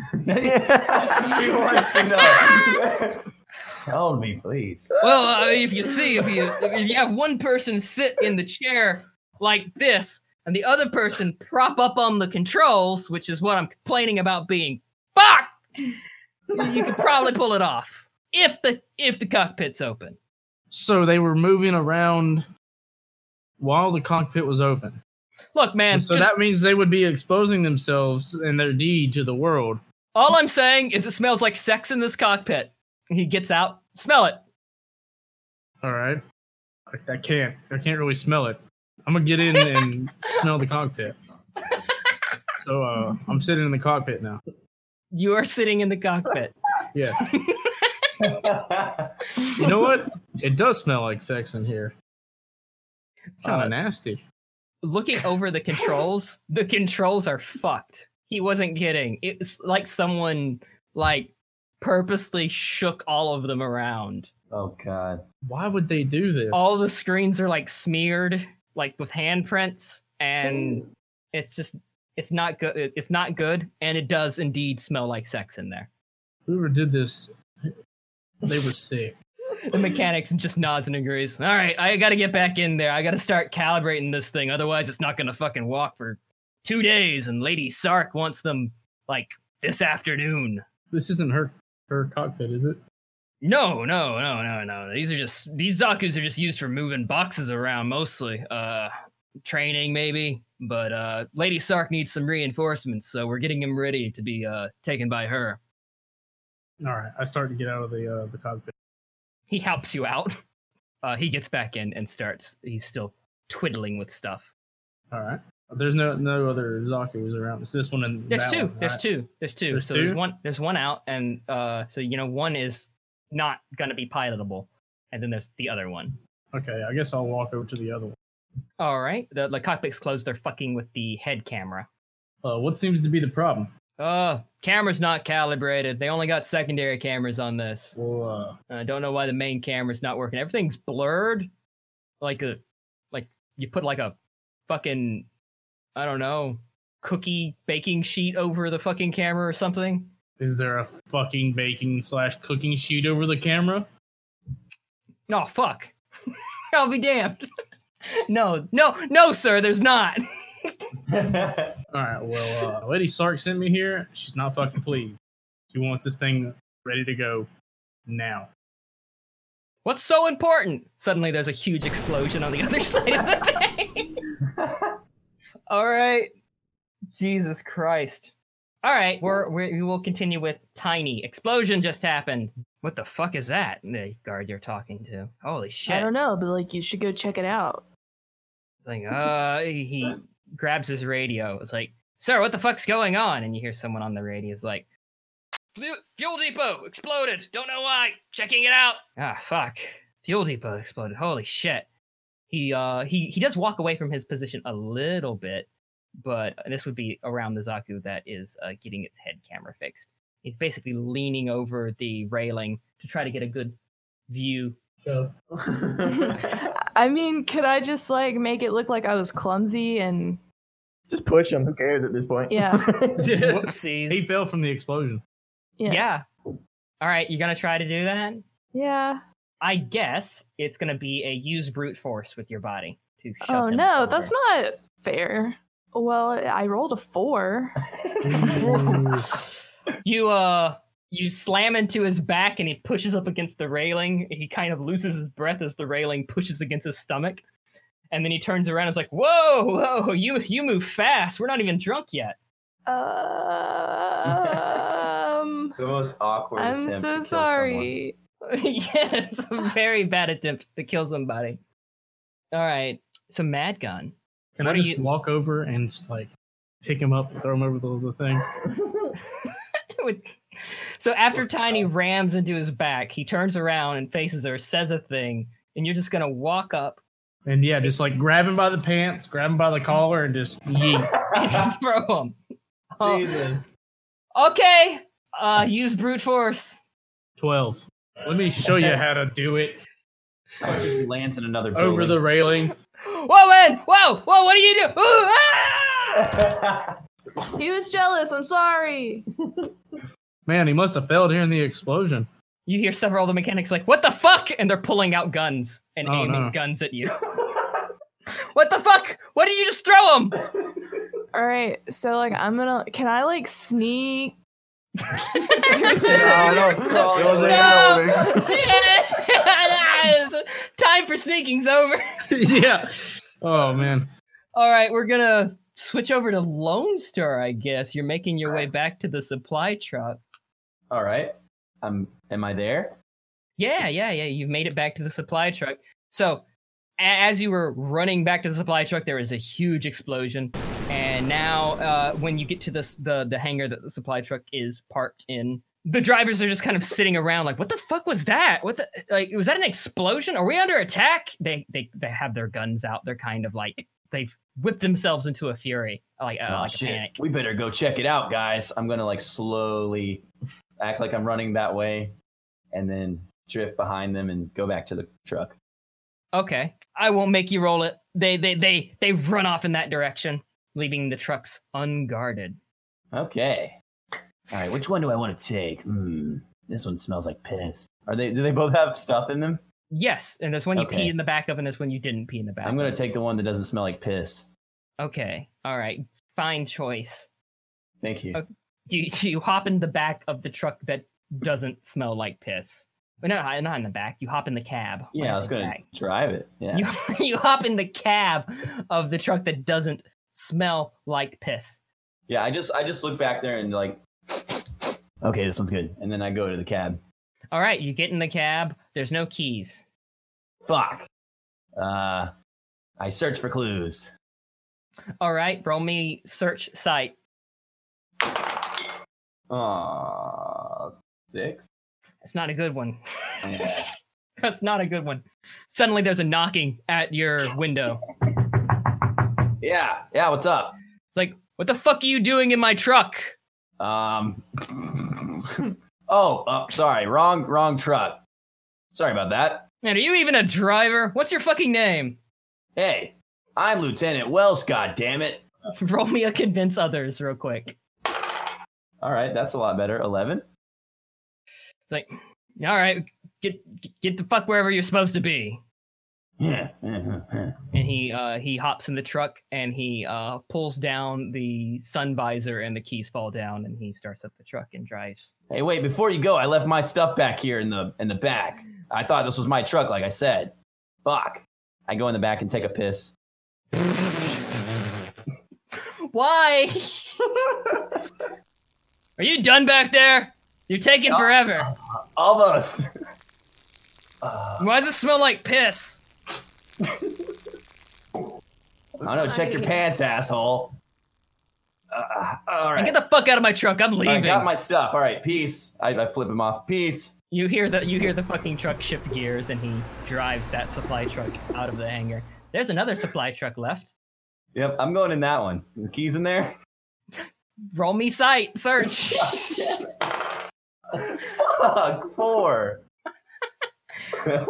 Speaker 5: she wants to know. Tell me, please.
Speaker 1: Well, I mean, if you see, if you if you have one person sit in the chair like this, and the other person prop up on the controls, which is what I'm complaining about being fuck, you could probably pull it off if the if the cockpit's open.
Speaker 4: So they were moving around while the cockpit was open.
Speaker 1: Look, man,
Speaker 4: And so
Speaker 1: just-
Speaker 4: that means they would be exposing themselves and their deed to the world.
Speaker 1: all I'm saying is it smells like sex in this cockpit. He gets out, smell it.
Speaker 4: All right. I, I can't. I can't really smell it. I'm gonna get in and smell the cockpit. So uh, I'm sitting in the cockpit now.
Speaker 1: You are sitting in the cockpit.
Speaker 4: Yes. You know what? It does smell like sex in here. It's kind
Speaker 1: Uh,
Speaker 4: of nasty.
Speaker 1: looking over the controls, the controls are fucked. He wasn't kidding. It's like someone like purposely shook all of them around.
Speaker 5: oh God.
Speaker 4: Why would they do this?
Speaker 1: All the screens are like smeared, like with handprints, and it's just it's not good. It's not good, and it does indeed smell like sex in there.
Speaker 4: Whoever did this, they were sick.
Speaker 1: The mechanics just nods and agrees. All right, I got to get back in there. I got to start calibrating this thing, otherwise it's not gonna fucking walk for two days. And Lady Sark wants them like this afternoon.
Speaker 4: This isn't her her cockpit, is it?
Speaker 1: No, no, no, no, no. These are just these Zaku's are just used for moving boxes around mostly. Uh training maybe. But uh Lady Sark needs some reinforcements, so we're getting him ready to be uh taken by her.
Speaker 4: All right. I start to get out of the uh, the cockpit.
Speaker 1: He helps you out. Uh he gets back in and starts he's still twiddling with stuff.
Speaker 4: All right. There's no no other Zaku's around. It's this one and
Speaker 1: There's
Speaker 4: that
Speaker 1: two.
Speaker 4: one,
Speaker 1: there's
Speaker 4: right?
Speaker 1: two. There's two.
Speaker 4: There's
Speaker 1: so
Speaker 4: two?
Speaker 1: there's one there's one out and uh so you know one is not gonna be pilotable. And then there's the other one.
Speaker 4: Okay. I guess I'll walk over to the other one.
Speaker 1: All right. The, the cockpit's closed. They're fucking with the head camera.
Speaker 4: Uh, what seems to be the problem?
Speaker 1: Uh, camera's not calibrated. They only got secondary cameras on this.
Speaker 4: Well, uh,
Speaker 1: I don't know why the main camera's not working. Everything's blurred. Like a, like you put like a fucking, I don't know, cookie baking sheet over the fucking camera or something.
Speaker 4: Is there a fucking baking slash cooking sheet over the camera?
Speaker 1: No, Oh, fuck. I'll be damned. no, no, no, sir. There's not.
Speaker 4: All right, well, uh, Lady Sark sent me here. She's not fucking pleased. She wants this thing ready to go now.
Speaker 1: What's so important? Suddenly there's a huge explosion on the other side of the bay. All right. Jesus Christ. All right, we're, we're, we will continue with Tiny. Explosion just happened. What the fuck is that? The guard you're talking to. Holy shit.
Speaker 3: I don't know, but like you should go check it out.
Speaker 1: It's like, uh, he grabs his radio. It's like, sir, what the fuck's going on? And you hear someone on the radio is like,
Speaker 8: Fu- Fuel depot exploded. Don't know why. Checking it out.
Speaker 1: Ah, fuck. Fuel depot exploded. Holy shit. He uh he he does walk away from his position a little bit, but this would be around the Zaku that is uh, getting its head camera fixed. He's basically leaning over the railing to try to get a good view. So
Speaker 3: I mean, could I just like make it look like I was clumsy and
Speaker 7: Just push him. Who cares at this point?
Speaker 3: Yeah.
Speaker 1: Oh, whoopsies.
Speaker 4: He fell from the explosion.
Speaker 3: yeah.
Speaker 1: yeah. All right, you're gonna try to do that.
Speaker 3: Yeah.
Speaker 1: I guess it's gonna be a use brute force with your body to. Shove
Speaker 3: Oh
Speaker 1: him
Speaker 3: no,
Speaker 1: over.
Speaker 3: that's not fair. Well, I rolled a four.
Speaker 1: you uh you slam into his back and he pushes up against the railing he kind of loses his breath as the railing pushes against his stomach and then he turns around and is like whoa whoa you you move fast we're not even drunk yet
Speaker 3: Um,
Speaker 5: The most awkward.
Speaker 3: I'm
Speaker 5: attempt to
Speaker 3: so
Speaker 5: kill
Speaker 3: sorry.
Speaker 1: yes a very bad attempt to kill somebody all right so mad gun
Speaker 4: Can
Speaker 1: What
Speaker 4: I
Speaker 1: do
Speaker 4: just
Speaker 1: you-
Speaker 4: walk over and just like pick him up, and throw him over the, the thing?
Speaker 1: With- so after Tiny rams into his back, he turns around and faces her, says a thing, and you're just gonna walk up
Speaker 4: And yeah, just like grab him by the pants, grab him by the collar, and just yeet.
Speaker 1: and throw him. Oh,
Speaker 5: Jesus.
Speaker 1: Okay. Uh, use brute force.
Speaker 4: Twelve. Let me show you how to do it
Speaker 5: Or just lands in another
Speaker 4: over the
Speaker 5: building.
Speaker 4: railing.
Speaker 1: Whoa, Ed! Whoa, whoa! What do you do? Ooh, ah!
Speaker 3: He was jealous. I'm sorry.
Speaker 4: Man, he must have fell during the explosion.
Speaker 1: You hear several of the mechanics like, "What the fuck?" and they're pulling out guns and
Speaker 4: Oh,
Speaker 1: aiming
Speaker 4: no.
Speaker 1: guns at you. what the fuck? Why did you just throw him?
Speaker 3: All right, so like I'm gonna. Can I like sneak?
Speaker 7: No, no, no,
Speaker 1: No. Time for sneaking's over.
Speaker 4: yeah. Oh man.
Speaker 1: All right, we're gonna switch over to Lone Star. I guess you're making your way back to the supply truck.
Speaker 5: All right. I'm. Am I there?
Speaker 1: Yeah, yeah, yeah. You've made it back to the supply truck. So, a- as you were running back to the supply truck, there was a huge explosion, and now uh, when you get to this the the hangar that the supply truck is parked in, the drivers are just kind of sitting around like, "What the fuck was that? What the like? Was that an explosion? Are we under attack?" They they they have their guns out. They're kind of like they've whipped themselves into a fury, like uh,
Speaker 5: oh
Speaker 1: like
Speaker 5: shit.
Speaker 1: a panic.
Speaker 5: We better go check it out, guys. I'm gonna like slowly act like I'm running that way, and then drift behind them and go back to the truck.
Speaker 1: Okay. I won't make you roll it. They they they they run off in that direction, leaving the trucks unguarded.
Speaker 5: Okay. All right. Which one do I want to take? Hmm. This one smells like piss. Are they? Do they both have stuff in them?
Speaker 1: Yes, and there's one you
Speaker 5: Okay.
Speaker 1: peed in the back of, and there's one you didn't pee in the back.
Speaker 5: I'm gonna
Speaker 1: of.
Speaker 5: take the one that doesn't smell like piss.
Speaker 1: Okay. All right. Fine choice.
Speaker 5: Thank you.
Speaker 1: Okay. You you hop in the back of the truck that doesn't smell like piss. Well, No, not not in the back. You hop in the cab. Why
Speaker 5: Yeah, I
Speaker 1: is
Speaker 5: was
Speaker 1: it
Speaker 5: gonna
Speaker 1: back?
Speaker 5: drive it. Yeah.
Speaker 1: You you hop in the cab of the truck that doesn't smell like piss.
Speaker 5: Yeah. I just I just look back there and like. Okay, this one's good. And then I go to the cab.
Speaker 1: All right, you get in the cab. There's no keys.
Speaker 5: Fuck. Uh, I search for clues.
Speaker 1: All right, roll me search site.
Speaker 5: Aww, Uh, six.
Speaker 1: It's not a good one.
Speaker 5: Yeah.
Speaker 1: That's not a good one. Suddenly there's a knocking at your window.
Speaker 5: Yeah, yeah. What's up?
Speaker 1: It's like, what the fuck are you doing in my truck?
Speaker 5: Um. oh, uh, sorry. Wrong, wrong truck. Sorry about that.
Speaker 1: Man, are you even a driver? What's your fucking name?
Speaker 5: Hey, I'm Lieutenant Welsh. God damn it.
Speaker 1: Roll me a convince others real quick.
Speaker 5: All right, that's a lot better. Eleven.
Speaker 1: All right, get get the fuck wherever you're supposed to be.
Speaker 5: Yeah. yeah,
Speaker 1: And he uh, he hops in the truck and he uh, pulls down the sun visor and the keys fall down and he starts up the truck and drives.
Speaker 5: Hey, wait. Before you go, I left my stuff back here in the in the back. I thought this was my truck, like I said. Fuck. I go in the back and take a piss.
Speaker 1: Why? Are you done back there? You're taking forever.
Speaker 5: Almost.
Speaker 1: Why does it smell like piss?
Speaker 5: I don't know. Check your pants, asshole. Uh, all
Speaker 1: And
Speaker 5: right.
Speaker 1: get the fuck out of my truck. I'm
Speaker 5: I
Speaker 1: leaving.
Speaker 5: got my stuff. All right. Peace. I, I flip him off. Peace.
Speaker 1: You hear the you hear the fucking truck shift gears, and he drives that supply truck out of the hangar. There's another supply truck left.
Speaker 5: Yep. I'm going in that one. The keys in there.
Speaker 1: Roll me sight search.
Speaker 5: Fuck, four.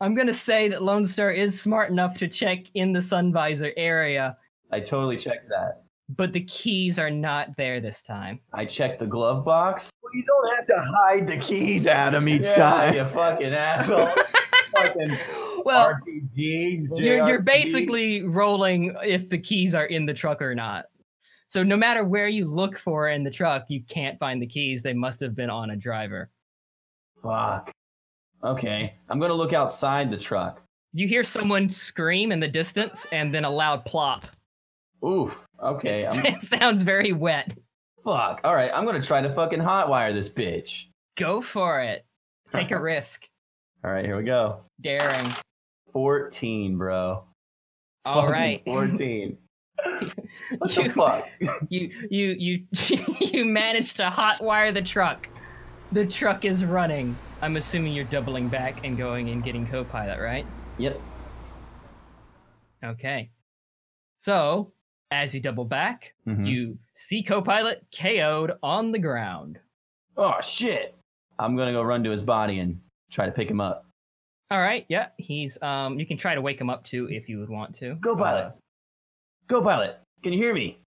Speaker 1: I'm gonna say that Lone Star is smart enough to check in the sun visor area,
Speaker 5: I totally checked that.
Speaker 1: but the keys are not there this time.
Speaker 5: I checked the glove box.
Speaker 7: Well, you don't have to hide the keys at him each
Speaker 5: Yeah,
Speaker 7: time.
Speaker 5: You fucking asshole. fucking
Speaker 1: Well,
Speaker 5: RPG.
Speaker 1: you're, you're
Speaker 5: JRPG.
Speaker 1: basically rolling if the keys are in the truck or not. So no matter where you look for in the truck, you can't find the keys. They must have been on a driver.
Speaker 5: Fuck. Okay. I'm going to look outside the truck.
Speaker 1: You hear someone scream in the distance, and then a loud plop.
Speaker 5: Oof. Okay. I'm,
Speaker 1: it sounds very wet.
Speaker 5: fuck. All right. I'm going to try to fucking hotwire this bitch.
Speaker 1: Go for it. Take a risk.
Speaker 5: All right. Here we go.
Speaker 1: Daring.
Speaker 5: 14, bro.
Speaker 1: All
Speaker 5: Fucking
Speaker 1: right.
Speaker 5: 14. What the
Speaker 1: You-
Speaker 5: fuck?
Speaker 1: You you you you managed to hotwire the truck. The truck is running. I'm assuming you're doubling back and going and getting co-pilot, right?
Speaker 5: Yep.
Speaker 1: Okay. So as you double back,
Speaker 5: Mhm.
Speaker 1: you see co-pilot KO'd on the ground.
Speaker 5: Oh shit! I'm gonna go run to his body and try to pick him up.
Speaker 1: All right. Yeah, he's um. You can try to wake him up too if you would want to.
Speaker 5: Go pilot. Go pilot. Can you hear me,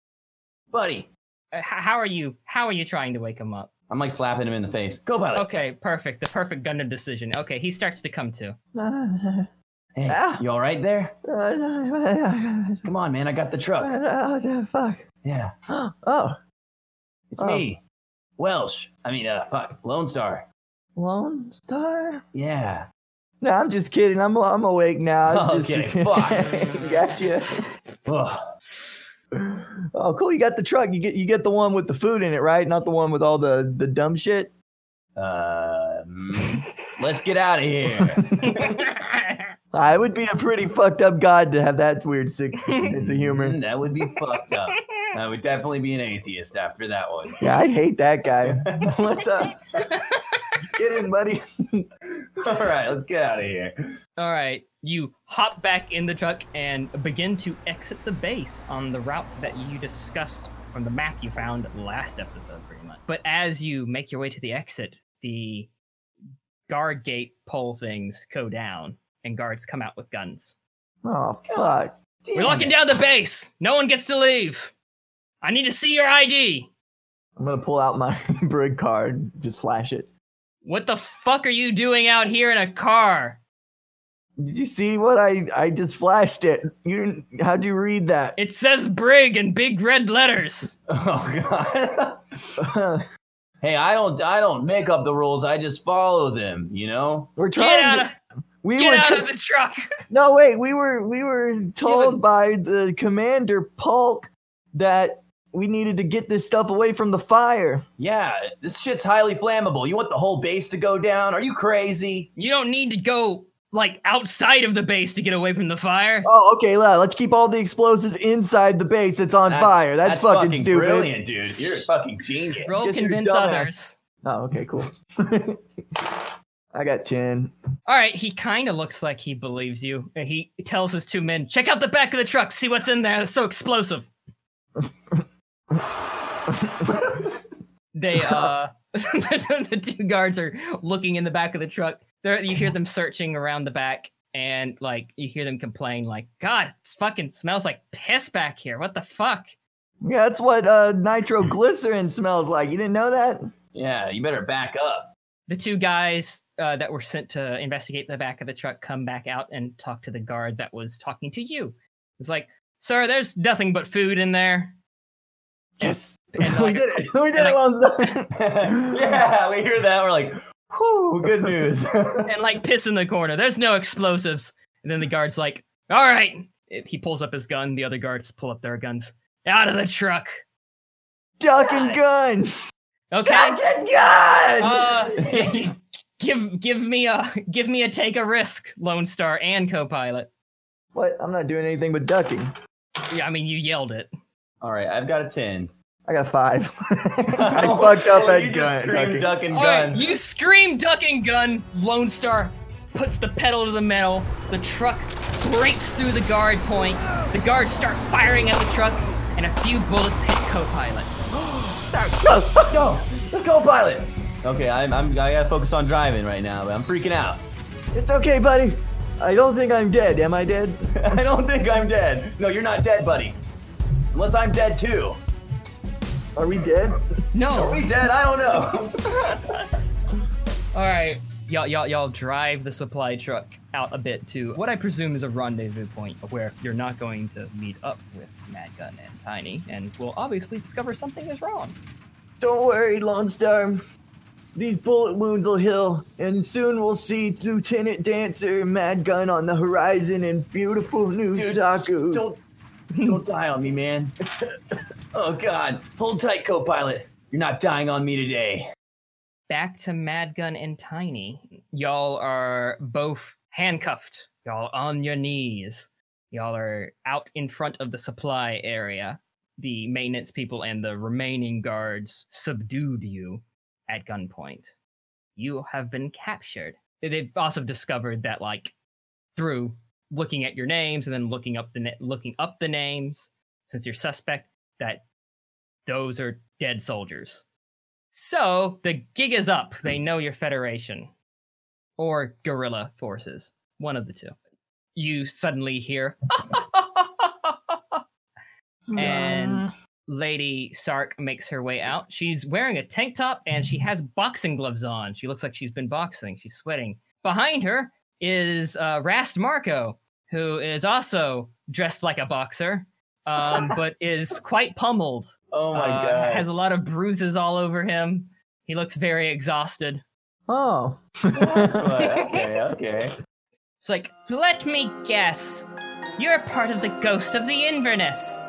Speaker 5: buddy?
Speaker 1: Uh, h- how are you? How are you trying to wake him up?
Speaker 5: I'm like slapping him in the face. Go pilot.
Speaker 1: Okay, perfect. The perfect Gundam decision. Okay, he starts to come to.
Speaker 5: Hey,
Speaker 7: Ah.
Speaker 5: you all right there? Come on, man. I got the truck.
Speaker 7: Fuck.
Speaker 5: Yeah,
Speaker 7: Oh,
Speaker 5: it's
Speaker 7: Oh.
Speaker 5: me, Welsh. I mean, uh, fuck, Lone Star.
Speaker 7: Lone Star.
Speaker 5: Yeah.
Speaker 7: No, I'm just kidding. I'm I'm awake now. It's just,
Speaker 5: Okay, fuck.
Speaker 7: gotcha.
Speaker 5: Ugh.
Speaker 7: Oh, cool. You got the truck. You get you get the one with the food in it, right? Not the one with all the the dumb shit.
Speaker 5: Uh, mm, let's get out of here.
Speaker 7: I would be a pretty fucked up god to have that weird sick sense of humor.
Speaker 5: Mm, that would be fucked up. I would definitely be an atheist after that one.
Speaker 7: Yeah, I'd hate that guy. What's up? Get in, buddy.
Speaker 5: All right, let's get out of here.
Speaker 1: All right, you hop back in the truck and begin to exit the base on the route that you discussed from the map you found last episode, pretty much. But as you make your way to the exit, the guard gate pole things go down, and guards come out with guns.
Speaker 7: Oh fuck.
Speaker 1: We're locking down the base. No one gets to leave. I need to see your ID.
Speaker 7: I'm gonna pull out my brig card, just flash it.
Speaker 1: What the fuck are you doing out here in a car?
Speaker 7: Did you see what I I just flashed it? You didn't, how'd you read that?
Speaker 1: It says Brig in big red letters.
Speaker 5: Oh god. hey, I don't I don't make up the rules. I just follow them, you know?
Speaker 7: We're
Speaker 1: Get
Speaker 7: trying.
Speaker 1: out
Speaker 7: to-
Speaker 1: of,
Speaker 7: we
Speaker 1: get
Speaker 7: were
Speaker 1: out of the truck.
Speaker 7: no wait. We were we were told by the commander Polk that we needed to get this stuff away from the fire.
Speaker 5: Yeah, this shit's highly flammable. You want the whole base to go down? Are you crazy?
Speaker 1: You don't need to go like outside of the base to get away from the fire.
Speaker 7: Oh, okay. la- Let's keep all the explosives inside the base. It's on fire. That's, fucking, stupid.
Speaker 5: brilliant, dude. You're a fucking genius.
Speaker 1: Roll
Speaker 7: guess you're
Speaker 1: convince
Speaker 7: dumbass.
Speaker 1: others.
Speaker 7: Oh, okay, cool. I got ten.
Speaker 1: All right, he kind of looks like he believes you. and He tells his two men, "Check out the back of the truck. See what's in there. It's so explosive." They uh, the two guards are looking in the back of the truck. There, you hear them searching around the back, and like you hear them complain, like, "God, it fucking smells like piss back here. What the fuck?"
Speaker 7: Yeah, that's what uh, nitroglycerin smells like. You didn't know that?
Speaker 5: Yeah, you better back up.
Speaker 1: the two guys uh, that were sent to investigate the back of the truck come back out and talk to the guard that was talking to you. It's like, sir, there's nothing but food in there.
Speaker 7: Yes.
Speaker 1: And
Speaker 7: we
Speaker 1: like-
Speaker 7: did it. We did
Speaker 1: and
Speaker 7: it.
Speaker 1: like-
Speaker 7: Lone Star.
Speaker 5: yeah, we hear that. We're like, whew, good news.
Speaker 1: And like piss in the corner. There's no explosives. And then the guard's like, all right. It- He pulls up his gun. The other guards pull up their guns. Out of the truck.
Speaker 7: Duck and gun.
Speaker 1: Okay.
Speaker 7: Duck and gun.
Speaker 1: Uh, g- g- give give me a give me a take a risk, Lone Star and co-pilot.
Speaker 7: what? I'm not doing anything but ducking.
Speaker 1: Yeah, I mean you yelled it.
Speaker 5: All right, I've got a ten.
Speaker 7: I got five. I fucked up
Speaker 5: Oh, You
Speaker 7: at
Speaker 5: just
Speaker 7: gun.
Speaker 5: screamed
Speaker 7: fucking-
Speaker 5: duck and
Speaker 1: All right,
Speaker 5: gun.
Speaker 1: you scream, duck and gun. Lone Star s- puts the pedal to the metal. The truck breaks through the guard point. The guards start firing at the truck, and a few bullets hit co-pilot.
Speaker 5: Go, co-pilot. Okay, I'm, I'm I gotta focus on driving right now, but I'm freaking out.
Speaker 7: It's okay, buddy. I don't think I'm dead. Am I dead?
Speaker 5: I don't think I'm dead. No, you're not dead, buddy. Unless I'm dead too.
Speaker 7: Are we dead?
Speaker 1: No.
Speaker 5: Are we dead? I don't know.
Speaker 1: All right, y'all, y'all, y'all drive the supply truck out a bit to what I presume is a rendezvous point where you're not going to meet up with Mad Gun and Tiny, and will obviously discover something is wrong.
Speaker 7: Don't worry, Lone Star. These bullet wounds will heal, and soon we'll see Lieutenant Dancer and Mad Gun on the horizon in beautiful new
Speaker 5: Dude,
Speaker 7: Zaku.
Speaker 5: Don't don't die on me, man. Oh God, hold tight, co-pilot. You're not dying on me today.
Speaker 1: back to Mad Gun and Tiny. Y'all are both handcuffed. Y'all on your knees. Y'all are out in front of the supply area. The maintenance people and the remaining guards subdued you at gunpoint. You have been captured. They've also discovered that, like, through looking at your names and then looking up the na- looking up the names, since you're suspect, that those are dead soldiers. So the gig is up. They know your Federation or guerrilla forces, one of the two. You suddenly hear And- Lady Sark makes her way out. She's wearing a tank top and she has boxing gloves on. She looks like she's been boxing. She's sweating. Behind her is uh, Rast Marco, who is also dressed like a boxer, um, but is quite pummeled
Speaker 5: Oh my
Speaker 1: uh,
Speaker 5: God.
Speaker 1: Has a lot of bruises all over him. He looks very exhausted.
Speaker 7: Oh.
Speaker 5: That's what- okay, okay.
Speaker 1: It's like, let me guess. You're part of the Ghost of the Inverness.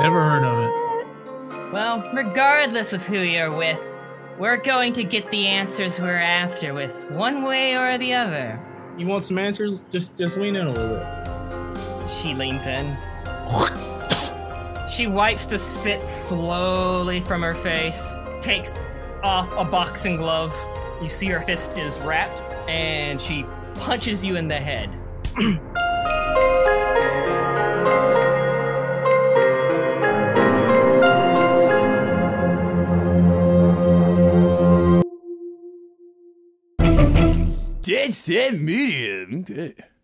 Speaker 4: Never heard of it.
Speaker 1: Well, regardless of who you're with, we're going to get the answers we're after with one way or the other.
Speaker 4: You want some answers? Just just lean in a little bit.
Speaker 1: She leans in. She wipes the spit slowly from her face, takes off a boxing glove. You see her fist is wrapped, and she punches you in the head.
Speaker 9: Dead set medium.